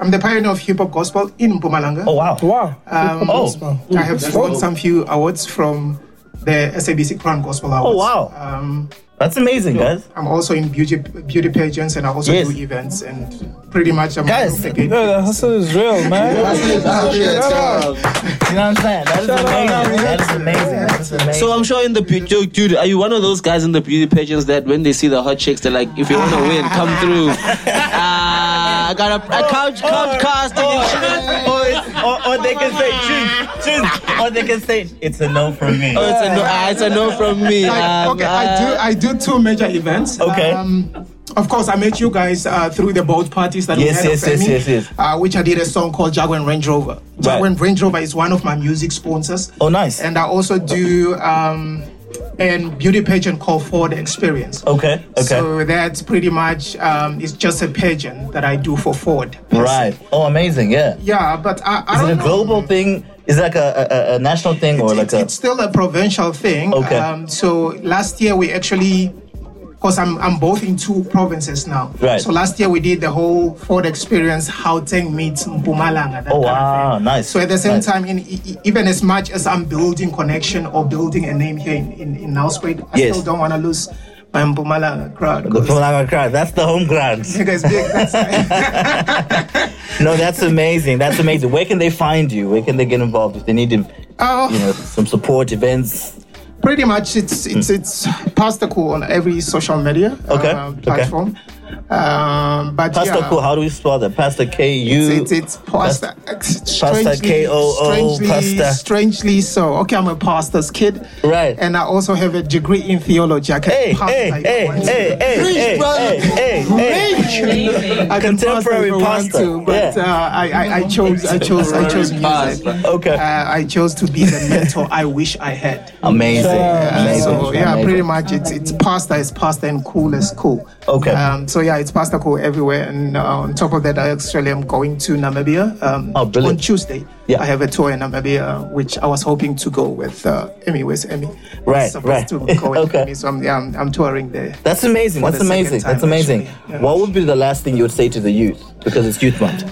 [SPEAKER 9] I'm the pioneer of hip hop gospel in Mpumalanga.
[SPEAKER 1] Oh, wow.
[SPEAKER 4] Wow.
[SPEAKER 9] Um,
[SPEAKER 1] Oh.
[SPEAKER 9] I have won some few awards from the SABC Crown Gospel Awards.
[SPEAKER 1] Oh, wow.
[SPEAKER 9] Um,
[SPEAKER 1] That's amazing, guys.
[SPEAKER 9] I'm also in beauty beauty pageants and I also
[SPEAKER 1] Yes.
[SPEAKER 9] do events and pretty much um, I'm
[SPEAKER 1] Guys.
[SPEAKER 9] one of the
[SPEAKER 4] Yeah, the hustle is real, man.
[SPEAKER 1] You know what I'm saying? That is amazing. That is amazing. That is amazing.
[SPEAKER 5] So I'm sure in the beauty, dude, are you one of those guys in the beauty pageants that when they see the hot chicks, they're like, if you want to win, come through. Ah, I got a, a couch, couch cast. Oh, it's,
[SPEAKER 1] or, or they can say choose, choose, or they can say it's a no from me.
[SPEAKER 5] oh, it's a no, ah, it's a no from me.
[SPEAKER 9] Like,
[SPEAKER 5] Um,
[SPEAKER 9] okay, I do I do two major events.
[SPEAKER 1] Okay.
[SPEAKER 9] Um, of course, I met you guys uh, through the boat parties that
[SPEAKER 1] Yes,
[SPEAKER 9] we had
[SPEAKER 1] yes,
[SPEAKER 9] of
[SPEAKER 1] yes,
[SPEAKER 9] Femi,
[SPEAKER 1] yes, yes.
[SPEAKER 9] Uh, which I did a song called Jaguar and Range Rover. Jaguar and Range Rover is one of my music sponsors.
[SPEAKER 1] Oh, nice.
[SPEAKER 9] And I also do um, a beauty pageant called Ford Experience.
[SPEAKER 1] Okay, Oh, okay.
[SPEAKER 9] So that's pretty much um, it's just a pageant that I do for Ford.
[SPEAKER 1] right. Oh, amazing. Yeah.
[SPEAKER 9] Yeah, but I, I
[SPEAKER 1] Is
[SPEAKER 9] don't
[SPEAKER 1] it a
[SPEAKER 9] know.
[SPEAKER 1] global thing? Is it like a, a, a- a national thing or like
[SPEAKER 9] it's,
[SPEAKER 1] a?
[SPEAKER 9] it's still a provincial thing.
[SPEAKER 1] uh,
[SPEAKER 9] Um,
[SPEAKER 1] Okay.
[SPEAKER 9] so last year we actually, because I'm, I'm both in two provinces now.
[SPEAKER 1] Right.
[SPEAKER 9] So last year we did the whole Ford experience, Gauteng meets Mpumalanga. that
[SPEAKER 1] Oh
[SPEAKER 9] kind of
[SPEAKER 1] wow,
[SPEAKER 9] thing.
[SPEAKER 1] nice.
[SPEAKER 9] So at the same
[SPEAKER 1] nice.
[SPEAKER 9] time, in, e- e- even as much as I'm building connection or building a name here in, in, in Nelspruit, I
[SPEAKER 1] Yes.
[SPEAKER 9] still don't want to lose my Mpumalanga crowd.
[SPEAKER 1] The
[SPEAKER 9] 'cause
[SPEAKER 1] Mpumalanga crowd, that's the home ground.
[SPEAKER 9] <laughs> you guys big,
[SPEAKER 1] <laughs>
[SPEAKER 9] that's
[SPEAKER 1] No, that's amazing. That's amazing. Where can they find you? Where can they get involved if they need to,
[SPEAKER 9] <laughs> Oh.
[SPEAKER 1] you know, some support events?
[SPEAKER 9] pretty much it's it's it's Pastor Cool on every social media
[SPEAKER 1] Hmm. Okay,
[SPEAKER 9] uh,
[SPEAKER 1] okay.
[SPEAKER 9] platform. Um, but
[SPEAKER 1] Pastor
[SPEAKER 9] yeah,
[SPEAKER 1] Cool, how do we spell that? Pastor K U.
[SPEAKER 9] It's, it's, it's pasta. Strangely-
[SPEAKER 1] K O O,
[SPEAKER 9] strangely-
[SPEAKER 1] pasta.
[SPEAKER 9] Strangely so. Okay, I'm a pastor's kid.
[SPEAKER 1] Right.
[SPEAKER 9] And I also have a degree in theology. I can
[SPEAKER 1] Hey,
[SPEAKER 9] pass
[SPEAKER 1] hey,
[SPEAKER 9] if I
[SPEAKER 1] hey,
[SPEAKER 9] want to.
[SPEAKER 1] hey, hey, hey, hey, hey, hey.
[SPEAKER 9] I can pass if I
[SPEAKER 1] Contemporary
[SPEAKER 9] want
[SPEAKER 1] pasta,
[SPEAKER 9] to, but
[SPEAKER 1] yeah.
[SPEAKER 9] uh, I, I, I chose, I chose, I chose music.
[SPEAKER 1] Okay.
[SPEAKER 9] Uh, I chose to be the mentor I wish I had. Uh,
[SPEAKER 1] Amazing. amazing.
[SPEAKER 9] so yeah,
[SPEAKER 1] amazing.
[SPEAKER 9] pretty much it's it's pasta is pasta and cool is cool.
[SPEAKER 1] Okay.
[SPEAKER 9] Um, so yeah, it's pasta cool everywhere, and uh, on top of that, I actually am going to Namibia um,
[SPEAKER 1] Oh, brilliant.
[SPEAKER 9] on Tuesday.
[SPEAKER 1] Yeah.
[SPEAKER 9] I have a tour in Namibia, uh, which I was hoping to go with uh, Emmy. Where's Emmy? I was
[SPEAKER 1] Right,
[SPEAKER 9] supposed
[SPEAKER 1] right.
[SPEAKER 9] To go
[SPEAKER 1] <laughs>
[SPEAKER 9] with
[SPEAKER 1] Okay.
[SPEAKER 9] Emmy, so I'm, yeah, I'm, I'm touring there.
[SPEAKER 1] That's amazing.
[SPEAKER 9] For
[SPEAKER 1] That's
[SPEAKER 9] the second
[SPEAKER 1] amazing.
[SPEAKER 9] time,
[SPEAKER 1] That's amazing.
[SPEAKER 9] actually, yeah.
[SPEAKER 1] What would be the last thing you would say to the youth because it's Youth Month?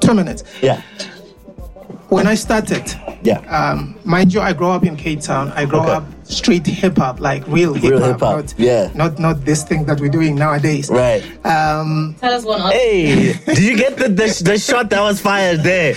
[SPEAKER 9] Two minutes.
[SPEAKER 1] Yeah.
[SPEAKER 9] when I started,
[SPEAKER 8] Yeah.
[SPEAKER 9] um, mind you, I grew up in Cape Town. I grew up straight hip hop, like real hip
[SPEAKER 1] Real
[SPEAKER 9] hop,
[SPEAKER 1] hip-hop,
[SPEAKER 9] not,
[SPEAKER 1] yeah.
[SPEAKER 9] not not this thing that we're doing nowadays.
[SPEAKER 1] Right.
[SPEAKER 9] Um,
[SPEAKER 13] Tell us one.
[SPEAKER 1] Hey, did you get the, the, the shot that was fired there?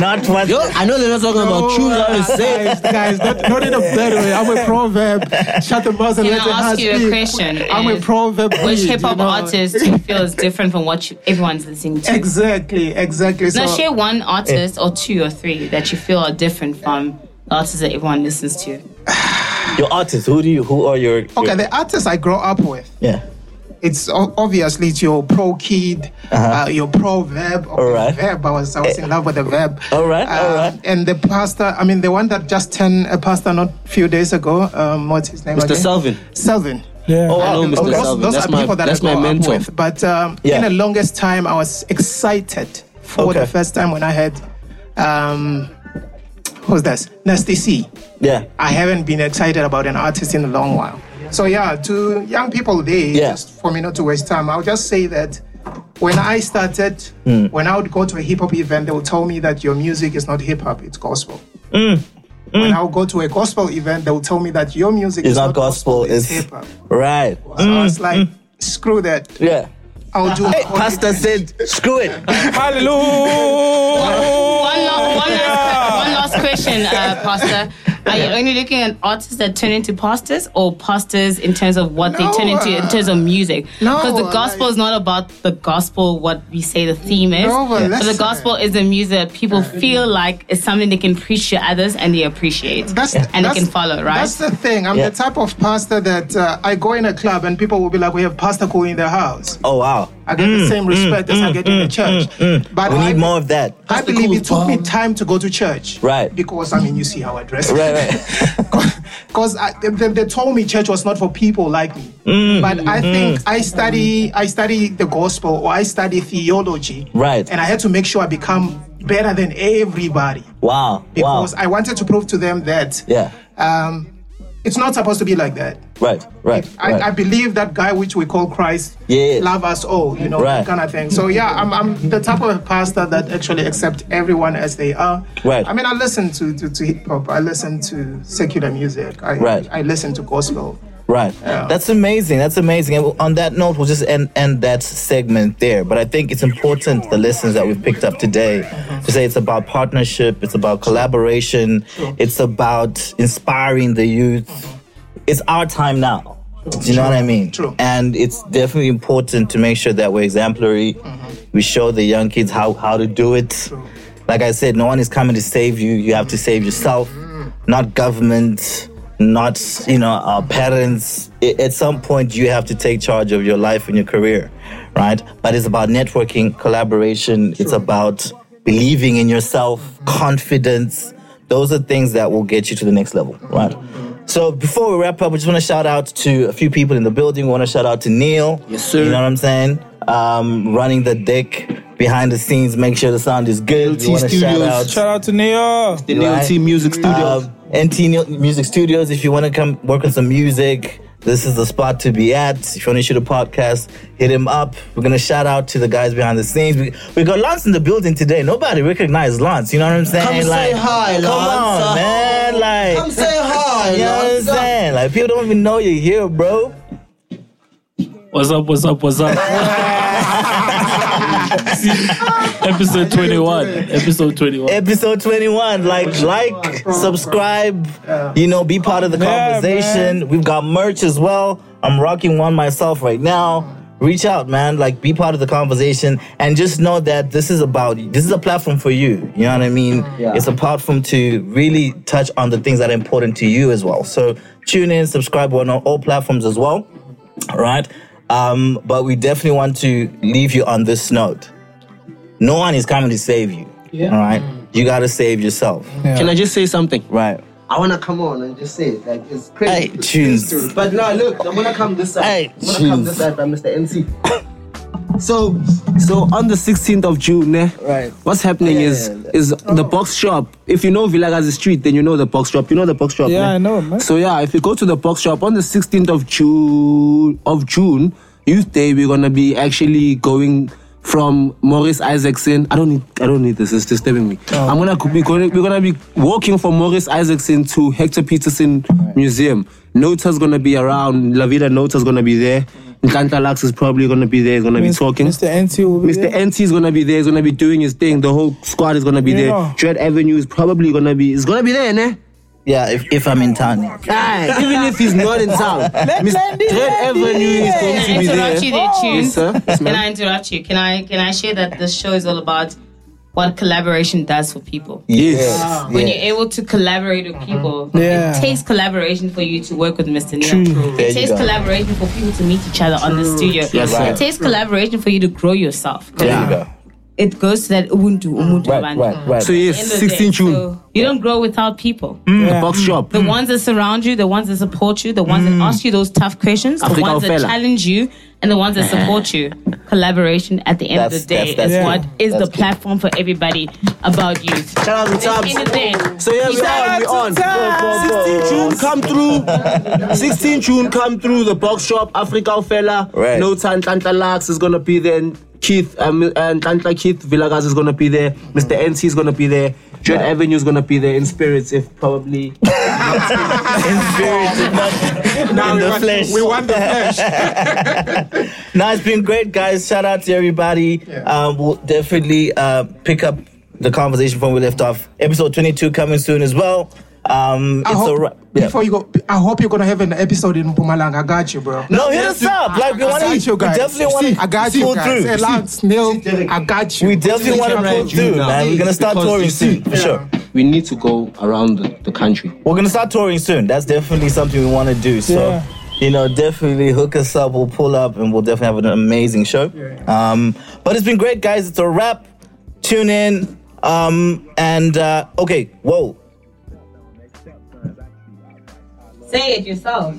[SPEAKER 1] Not what.
[SPEAKER 5] Yo, I know they're not talking about true
[SPEAKER 13] uh,
[SPEAKER 5] love and sex.
[SPEAKER 9] guys, <laughs> guys, not, not in a bad way. I'm a
[SPEAKER 1] <laughs>
[SPEAKER 9] proverb. Shut the mouth and
[SPEAKER 13] Can
[SPEAKER 9] let the
[SPEAKER 13] I
[SPEAKER 9] heart
[SPEAKER 13] ask you a
[SPEAKER 9] speak.
[SPEAKER 13] question?
[SPEAKER 9] I'm a
[SPEAKER 13] Is
[SPEAKER 9] proverb.
[SPEAKER 13] Which
[SPEAKER 9] breed,
[SPEAKER 13] hip hop
[SPEAKER 9] you know.
[SPEAKER 13] artist do you feel is different from what you, everyone's listening to?
[SPEAKER 9] Exactly, exactly.
[SPEAKER 13] Now,
[SPEAKER 9] So
[SPEAKER 13] share one artist or two or three that you feel are different from the artists that everyone listens to.
[SPEAKER 1] Your artists, who do you, who are your?
[SPEAKER 9] okay,
[SPEAKER 1] your-
[SPEAKER 9] the artists I grew up with.
[SPEAKER 1] yeah.
[SPEAKER 9] it's o- obviously it's your pro kid,
[SPEAKER 1] Uh-huh.
[SPEAKER 9] uh your pro verb. Or
[SPEAKER 1] Alright.
[SPEAKER 9] Verb. I was I was in love with the verb.
[SPEAKER 1] All right, all
[SPEAKER 9] Uh,
[SPEAKER 1] right.
[SPEAKER 9] And the pastor, I mean the one that just turned a pastor not a few days ago. Um, what's his name?
[SPEAKER 5] Mr.
[SPEAKER 9] again?
[SPEAKER 5] Selvin.
[SPEAKER 9] Selvin. Oh,
[SPEAKER 4] Yeah.
[SPEAKER 5] I know Mr.
[SPEAKER 9] Those,
[SPEAKER 5] Selvin.
[SPEAKER 9] those
[SPEAKER 5] that's
[SPEAKER 9] are
[SPEAKER 5] my,
[SPEAKER 9] people that
[SPEAKER 5] that's
[SPEAKER 9] I
[SPEAKER 5] my
[SPEAKER 9] grew up
[SPEAKER 5] mentor.
[SPEAKER 9] with. But um,
[SPEAKER 1] Yeah.
[SPEAKER 9] in the longest time, I was excited for
[SPEAKER 1] Okay.
[SPEAKER 9] the first time when I had um, who's this? Nasty C.
[SPEAKER 1] Yeah.
[SPEAKER 9] I haven't been excited about an artist in a long while. So yeah, to young people there,
[SPEAKER 1] Yeah.
[SPEAKER 9] just for me not to waste time, I'll just say that when I started,
[SPEAKER 1] Hmm.
[SPEAKER 9] when I would go to a hip hop event, they would tell me that your music is not hip hop, it's gospel.
[SPEAKER 1] Hmm.
[SPEAKER 9] When I would go to a gospel event, they would tell me that your music
[SPEAKER 1] It's
[SPEAKER 9] is
[SPEAKER 1] not gospel.
[SPEAKER 9] it's
[SPEAKER 1] It's Hmm.
[SPEAKER 9] hip hop.
[SPEAKER 1] right. Mm.
[SPEAKER 9] So I was like, screw that.
[SPEAKER 1] Yeah.
[SPEAKER 9] I'll do
[SPEAKER 1] Hey,
[SPEAKER 9] it.
[SPEAKER 1] Pastor said, screw it.
[SPEAKER 4] Hallelujah.
[SPEAKER 13] One, la- one, last, one last question, uh, Pastor. Are you only looking at artists that turn into pastors or pastors in terms of what they turn into in terms of music?
[SPEAKER 9] No,
[SPEAKER 13] Because the gospel
[SPEAKER 9] I-
[SPEAKER 13] is not about the gospel, what we say the theme is.
[SPEAKER 9] No, but
[SPEAKER 13] but the
[SPEAKER 9] listen.
[SPEAKER 13] gospel is the music that people feel like is something they can preach to others and they appreciate.
[SPEAKER 9] That's
[SPEAKER 13] and they
[SPEAKER 9] that's-
[SPEAKER 13] can follow, right?
[SPEAKER 9] That's the thing. I'm
[SPEAKER 1] Yeah.
[SPEAKER 9] the type of pastor that uh, I go in a club and people will be like, "We have pastor cool in the house."
[SPEAKER 1] Oh wow.
[SPEAKER 9] I get the
[SPEAKER 1] mm,
[SPEAKER 9] same respect as I get in the church. But
[SPEAKER 1] We
[SPEAKER 9] I,
[SPEAKER 1] need more of that.
[SPEAKER 9] I believe it took me time to go to church.
[SPEAKER 1] Right.
[SPEAKER 9] Because I mean, you see how I dress.
[SPEAKER 1] Right, right.
[SPEAKER 9] <laughs> Because they, they- they told me church was not for people like me.
[SPEAKER 1] Mm.
[SPEAKER 9] But
[SPEAKER 1] Mm-hmm.
[SPEAKER 9] I think I study I study the gospel or I study theology.
[SPEAKER 1] Right.
[SPEAKER 9] And I had to make sure I become better than everybody
[SPEAKER 1] Wow. Wow.
[SPEAKER 9] because I wanted to prove to them that
[SPEAKER 1] Yeah.
[SPEAKER 9] um, it's not supposed to be like that.
[SPEAKER 1] Right. Right.
[SPEAKER 9] I,
[SPEAKER 1] right.
[SPEAKER 9] I believe that guy which we call Christ,
[SPEAKER 1] Yeah.
[SPEAKER 9] love us all, you know,
[SPEAKER 1] Right.
[SPEAKER 9] that kind of thing. So yeah, I'm, I'm the type of pastor that actually accept everyone as they are.
[SPEAKER 1] Right.
[SPEAKER 9] I mean, I listen to to, to hip hop. I listen to secular music. I,
[SPEAKER 1] Right.
[SPEAKER 9] I listen to gospel.
[SPEAKER 1] Right.
[SPEAKER 9] Yeah.
[SPEAKER 1] That's amazing. That's amazing. And on that note, we'll just end, end that segment there. But I think it's important the lessons that we've picked up today to say it's about partnership, it's about collaboration, it's about inspiring the youth. It's our time now. Do you know what I mean?
[SPEAKER 9] True.
[SPEAKER 1] And it's definitely important to make sure that we're exemplary.
[SPEAKER 9] Mm-hmm.
[SPEAKER 1] We show the young kids how, how to do it. Like I said, no one is coming to save you. You have to save yourself,
[SPEAKER 9] Mm-hmm.
[SPEAKER 1] not government, not you know our parents. I- at some point, you have to take charge of your life and your career, right? But it's about networking, collaboration. It's about believing in yourself, confidence. Those are things that will get you to the next level, right? So before we wrap up, we just want to shout out to a few people in the building. We want to shout out to Neil.
[SPEAKER 5] Yes, sir.
[SPEAKER 1] You know what I'm saying? Um, running the deck behind the scenes, make sure the sound is good. We
[SPEAKER 5] LT
[SPEAKER 1] want to shout
[SPEAKER 5] Studios.
[SPEAKER 1] out
[SPEAKER 4] Shout out to Neo.
[SPEAKER 5] The Neil
[SPEAKER 1] Right.
[SPEAKER 5] T Music Studio.
[SPEAKER 1] um, NT Neo- Music Studios. If you want to come work on some music, this is the spot to be at. If you want to shoot a podcast, hit him up. We're gonna shout out to the guys behind the scenes. We, we got Lance in the building today. Nobody recognized Lance. You know what I'm saying?
[SPEAKER 5] Come say hi,
[SPEAKER 1] Come
[SPEAKER 5] Lance.
[SPEAKER 1] on, man. Like,
[SPEAKER 5] Come say
[SPEAKER 1] <laughs>
[SPEAKER 5] hi,
[SPEAKER 1] You know what I'm
[SPEAKER 5] Lance.
[SPEAKER 1] saying? Like, people don't even know you're here, bro.
[SPEAKER 14] What's up? What's up? What's
[SPEAKER 1] <laughs>
[SPEAKER 14] up? <laughs> episode 21. Episode 21.
[SPEAKER 1] Episode 21. Like, like, subscribe. You know, be part of the
[SPEAKER 4] Yeah,
[SPEAKER 1] conversation. We've got merch as well. I'm rocking one myself right now. Reach out, man. Like, be part of the conversation, and just know that this is about this is a platform for you. You know what I mean? It's a platform to really touch on the things that are important to you as well. So tune in, subscribe. We're on all platforms as well. right? Um, but we definitely want to leave you on this note. No one is coming to save you. All right. You got to save yourself.
[SPEAKER 5] Can I just say something?
[SPEAKER 1] Right.
[SPEAKER 5] I wanna come on and just say it. Like it's
[SPEAKER 1] Hey,
[SPEAKER 5] crazy.
[SPEAKER 1] tunes.
[SPEAKER 5] But no, look, I'm gonna come this side.
[SPEAKER 1] Hey,
[SPEAKER 5] I'm gonna come
[SPEAKER 1] jeez.
[SPEAKER 5] this side by Mr. MC. <coughs> So, so on the 16th of June, eh,
[SPEAKER 1] Right.
[SPEAKER 5] what's happening
[SPEAKER 1] Yeah,
[SPEAKER 5] is
[SPEAKER 1] yeah, yeah.
[SPEAKER 5] is the box shop. If you know Villagazi Street, then you know the box shop. You know the box shop.
[SPEAKER 4] Yeah,
[SPEAKER 5] eh?
[SPEAKER 4] I know, man.
[SPEAKER 5] So yeah, if you go to the box shop on the 16th of June of June Youth Day, we're gonna be actually going from Maurice Isaacson. I don't need I don't need this, it's disturbing me. I'm gonna be going we're gonna be walking from Maurice Isaacson to Hector Peterson Museum. Nota's gonna be around, Lavida Nota's gonna be there. Nkanta Lux is probably gonna be there, he's gonna be
[SPEAKER 4] Mis-
[SPEAKER 5] talking.
[SPEAKER 4] Mr. NT will be
[SPEAKER 5] Mr. NT is gonna be there. He's gonna be doing his thing. The whole squad is gonna be
[SPEAKER 4] Yeah.
[SPEAKER 5] there. Dread Avenue is probably gonna be. It's gonna be there, ne?
[SPEAKER 1] Yeah, if, if I'm in town.
[SPEAKER 5] Aye, even if he's not in <laughs> town, Miss Dread Avenue is going
[SPEAKER 13] Can
[SPEAKER 5] to
[SPEAKER 13] I
[SPEAKER 5] be there.
[SPEAKER 13] interrupt you there, Tune?
[SPEAKER 5] Yes, sir. Yes,
[SPEAKER 13] can
[SPEAKER 5] ma'am.
[SPEAKER 13] I interrupt you? Can I can I share that this show is all about what collaboration does for people?
[SPEAKER 5] Yes. Yes.
[SPEAKER 13] When
[SPEAKER 5] Yes.
[SPEAKER 13] you're able to collaborate with people,
[SPEAKER 5] Mm-hmm. Yeah.
[SPEAKER 13] it takes collaboration for you to work with Mr. Neil.
[SPEAKER 5] True. There
[SPEAKER 13] It
[SPEAKER 5] you
[SPEAKER 13] takes
[SPEAKER 5] go.
[SPEAKER 13] collaboration for people to meet each other on the
[SPEAKER 5] True.
[SPEAKER 13] studio.
[SPEAKER 5] Yes, sir.
[SPEAKER 13] it takes collaboration for you to grow yourself.
[SPEAKER 5] There you go.
[SPEAKER 13] It goes to that ubuntu,
[SPEAKER 5] Mm.
[SPEAKER 13] ubuntu abantu.
[SPEAKER 5] So
[SPEAKER 13] At
[SPEAKER 5] yes,
[SPEAKER 13] the end of the
[SPEAKER 5] 16
[SPEAKER 13] day,
[SPEAKER 5] June.
[SPEAKER 13] so you don't grow without people.
[SPEAKER 5] Mm, The <laughs> box shop.
[SPEAKER 13] The
[SPEAKER 5] Mm.
[SPEAKER 13] ones that surround you, the ones that support you, the ones that ask you those tough questions, the
[SPEAKER 5] Afrika
[SPEAKER 13] ones that
[SPEAKER 5] Mm. Ofela.
[SPEAKER 13] challenge you, and the ones that
[SPEAKER 5] <laughs>
[SPEAKER 13] support you. Collaboration at the end
[SPEAKER 5] That's-
[SPEAKER 13] of the day
[SPEAKER 5] that's- that's
[SPEAKER 13] is
[SPEAKER 5] key.
[SPEAKER 13] what is
[SPEAKER 5] That's
[SPEAKER 13] the platform for everybody about youth. Shout
[SPEAKER 5] out to Tabs. So yeah, we on, we on. 16 June, come through. 16 June, come through the box shop, Africa Fella.
[SPEAKER 1] Right.
[SPEAKER 5] No time, Tanta Lux is gonna be there. and Keith um, and Tanta Keith Villagaz is gonna be there. Mr. NC is gonna be there. Dread Avenue is gonna be there in spirits, if probably. in spirits, if not
[SPEAKER 1] in the flesh.
[SPEAKER 5] want the flesh.
[SPEAKER 1] no, it's been great, guys. Shout out to everybody. Um, we'll definitely uh, pick up the conversation from where we left off. Episode 22 coming soon as well. Um,
[SPEAKER 9] I
[SPEAKER 1] it's
[SPEAKER 9] hope,
[SPEAKER 1] a ra- yeah.
[SPEAKER 9] Before you go, I hope you're gonna have an episode in Pumalang. I got you, bro.
[SPEAKER 1] No, hit us up. Like, we
[SPEAKER 9] I
[SPEAKER 1] wanna-
[SPEAKER 9] got you
[SPEAKER 1] we
[SPEAKER 9] guys.
[SPEAKER 1] definitely wanna
[SPEAKER 9] I got
[SPEAKER 1] pull
[SPEAKER 9] you guys.
[SPEAKER 1] through.
[SPEAKER 9] Hey, Lance, Neil, I got you.
[SPEAKER 1] We definitely want to pull through, man. We're gonna start
[SPEAKER 5] Because you
[SPEAKER 1] touring
[SPEAKER 5] see-
[SPEAKER 1] soon, for sure.
[SPEAKER 5] We need to go around the, the country.
[SPEAKER 1] We're gonna start touring soon. That's definitely something we want to do. So,
[SPEAKER 5] Yeah.
[SPEAKER 1] you know, definitely hook us up. We'll pull up, and we'll definitely have an amazing show. Um, but it's been great, guys. It's a wrap. Tune in. Um, and uh, okay, whoa.
[SPEAKER 13] Say it yourself.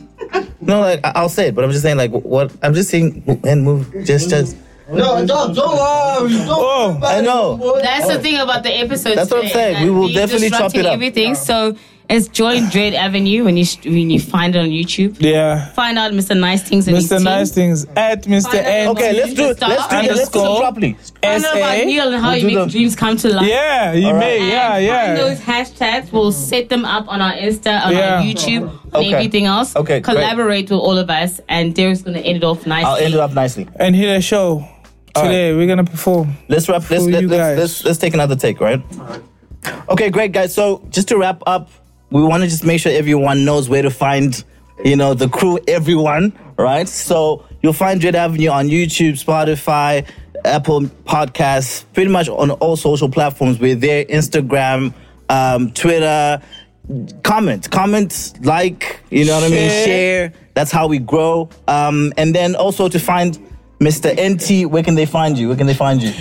[SPEAKER 1] No, like I- I'll say it, but I'm just saying, like, what I'm just saying, and move, just, just.
[SPEAKER 15] No, don't, don't worry. Don't
[SPEAKER 1] Oh, I know.
[SPEAKER 13] That's the thing about the episode.
[SPEAKER 1] That's what I'm
[SPEAKER 13] today,
[SPEAKER 1] saying.
[SPEAKER 13] that
[SPEAKER 1] We will
[SPEAKER 13] we're
[SPEAKER 1] definitely chop
[SPEAKER 13] disrupting
[SPEAKER 1] it up.
[SPEAKER 13] Everything. So it's join Dread Avenue when you when you find it on YouTube.
[SPEAKER 4] Yeah.
[SPEAKER 13] Find out Mr. Nice Things and his
[SPEAKER 4] Mr.
[SPEAKER 13] team.
[SPEAKER 4] Nice Things at Mr.
[SPEAKER 13] Find out
[SPEAKER 4] N.
[SPEAKER 13] about Okay, let's do it. Let's do it. Let's do it
[SPEAKER 1] properly.
[SPEAKER 13] Find out about Neil and how he makes dreams come to life.
[SPEAKER 4] Yeah, he
[SPEAKER 13] And
[SPEAKER 4] may. Yeah,
[SPEAKER 13] Find
[SPEAKER 4] yeah.
[SPEAKER 13] those hashtags. We'll set them up on our Insta, on
[SPEAKER 4] Yeah.
[SPEAKER 13] our YouTube, on
[SPEAKER 4] Okay.
[SPEAKER 13] everything else.
[SPEAKER 4] Okay, great.
[SPEAKER 13] Collaborate with all of us, and Derek's gonna end it off nicely.
[SPEAKER 1] it up nicely.
[SPEAKER 4] And hit a show today. We're gonna perform.
[SPEAKER 1] Let's wrap. Let's let, let's, let's let's take another take, right? Okay, great guys. So just to wrap up, we want to just make sure everyone knows where to find, you know, the crew. Everyone, right? So you'll find Dread Avenue on YouTube, Spotify, Apple Podcasts, pretty much on all social platforms. We're there: Instagram, um, Twitter. Comment, comment, like, you know what I mean.
[SPEAKER 4] Share.
[SPEAKER 1] Share. That's how we grow. Um, and then also to find Mr. NT, where can they find you? Where can they find you?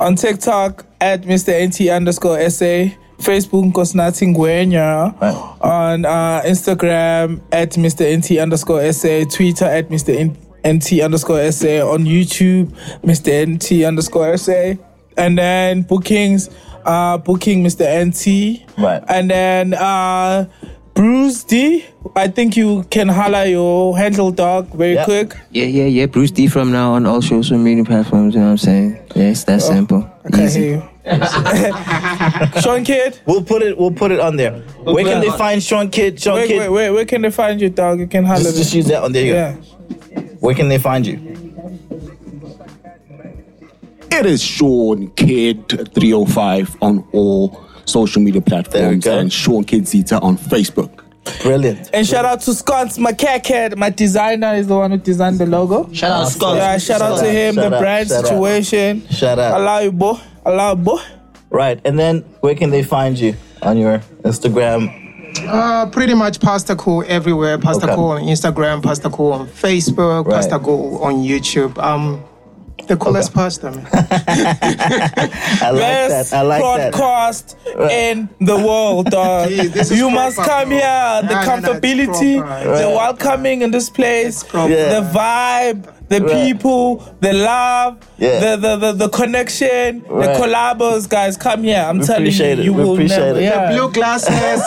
[SPEAKER 4] On TikTok at Mr. NT underscore SA. Facebook Nkosinathi Ngwenya. On uh, Instagram at Mr. NT underscore SA. Twitter at Mr. N- NT underscore SA. On YouTube, Mr. NT underscore SA. And then bookings, uh, booking Mr. NT.
[SPEAKER 1] Right.
[SPEAKER 4] And then uh, Bruce D. I think you can holler your handle dog very quick.
[SPEAKER 6] Yeah, yeah, yeah. Bruce D from now on all social media platforms. You know what I'm saying? Yes,
[SPEAKER 13] Oh,
[SPEAKER 6] that's simple. Easy.
[SPEAKER 4] <laughs> Sean Kidd.
[SPEAKER 1] We'll put it. We'll put it on there. Where can they find Sean Kidd? Sean
[SPEAKER 4] wait,
[SPEAKER 1] Kidd.
[SPEAKER 4] Wait, wait, where can they find you, dog? You can holler.
[SPEAKER 1] Just- just
[SPEAKER 4] there.
[SPEAKER 1] use that one. There you go.
[SPEAKER 4] yeah.
[SPEAKER 1] Where can they find you?
[SPEAKER 2] It is Sean Kid 305 on all social media platforms and Sean Kid Zeta on Facebook.
[SPEAKER 1] Brilliant.
[SPEAKER 4] And shout out to Scott's my cat head. My designer is the one who designed the logo.
[SPEAKER 5] Shout out, Scott.
[SPEAKER 4] Yeah, shout, out to him.
[SPEAKER 1] Shout
[SPEAKER 4] the
[SPEAKER 1] out,
[SPEAKER 4] brand
[SPEAKER 1] shout out.
[SPEAKER 4] situation.
[SPEAKER 1] Shout out.
[SPEAKER 4] Allow you, boy. Allow boy.
[SPEAKER 1] Right, and then where can they find you on your Instagram?
[SPEAKER 9] Uh, pretty much Pastor Cool everywhere. Pastor
[SPEAKER 1] Okay.
[SPEAKER 9] Cool on Instagram, Pastor Cool on Facebook,
[SPEAKER 1] Right.
[SPEAKER 9] Pastor Cool on YouTube. Um, the coolest pastor, man.
[SPEAKER 1] I like that. I like that.
[SPEAKER 4] broadcast in
[SPEAKER 1] <laughs>
[SPEAKER 4] the world, dog.
[SPEAKER 9] Jeez, this is
[SPEAKER 4] you must
[SPEAKER 9] proper,
[SPEAKER 4] come
[SPEAKER 9] bro.
[SPEAKER 4] here. The
[SPEAKER 9] Nah, nah, nah, it's
[SPEAKER 4] comfortability,
[SPEAKER 9] proper.
[SPEAKER 4] the
[SPEAKER 9] Right.
[SPEAKER 4] welcoming in this place,
[SPEAKER 9] proper.
[SPEAKER 4] the vibe, the
[SPEAKER 16] Right.
[SPEAKER 4] people, the love,
[SPEAKER 16] Yeah.
[SPEAKER 4] the, the, the, the connection,
[SPEAKER 16] Right.
[SPEAKER 4] the collabs, guys. Come here. I'm
[SPEAKER 1] We
[SPEAKER 4] telling you,
[SPEAKER 1] appreciate it.
[SPEAKER 4] you
[SPEAKER 1] We
[SPEAKER 4] will
[SPEAKER 1] appreciate
[SPEAKER 4] never.
[SPEAKER 1] it.
[SPEAKER 4] Yeah.
[SPEAKER 1] The blue
[SPEAKER 4] glasses.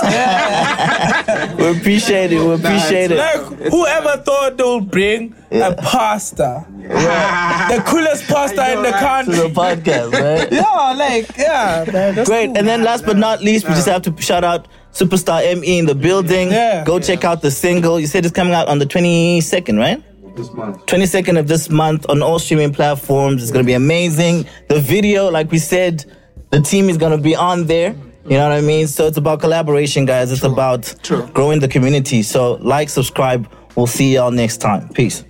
[SPEAKER 1] We appreciate it. We appreciate it.
[SPEAKER 4] Like, whoever thought they'll bring a
[SPEAKER 9] <laughs>
[SPEAKER 4] pasta, the coolest pasta in the country,
[SPEAKER 1] To the podcast, right?
[SPEAKER 4] yeah, like yeah, man, that's
[SPEAKER 1] Great.
[SPEAKER 4] cool.
[SPEAKER 1] And then last but not least, we just have to shout out Superstar ME in the building. Yeah. Go check out the single. You said it's coming out on the 22nd, right?
[SPEAKER 15] This month.
[SPEAKER 1] 22nd of this month on all streaming platforms. It's going to be amazing. The video, like we said, the team is going to be on there. You know what I mean? So it's about collaboration, guys. It's about growing the community. So like, subscribe. We'll see y'all next time. Peace.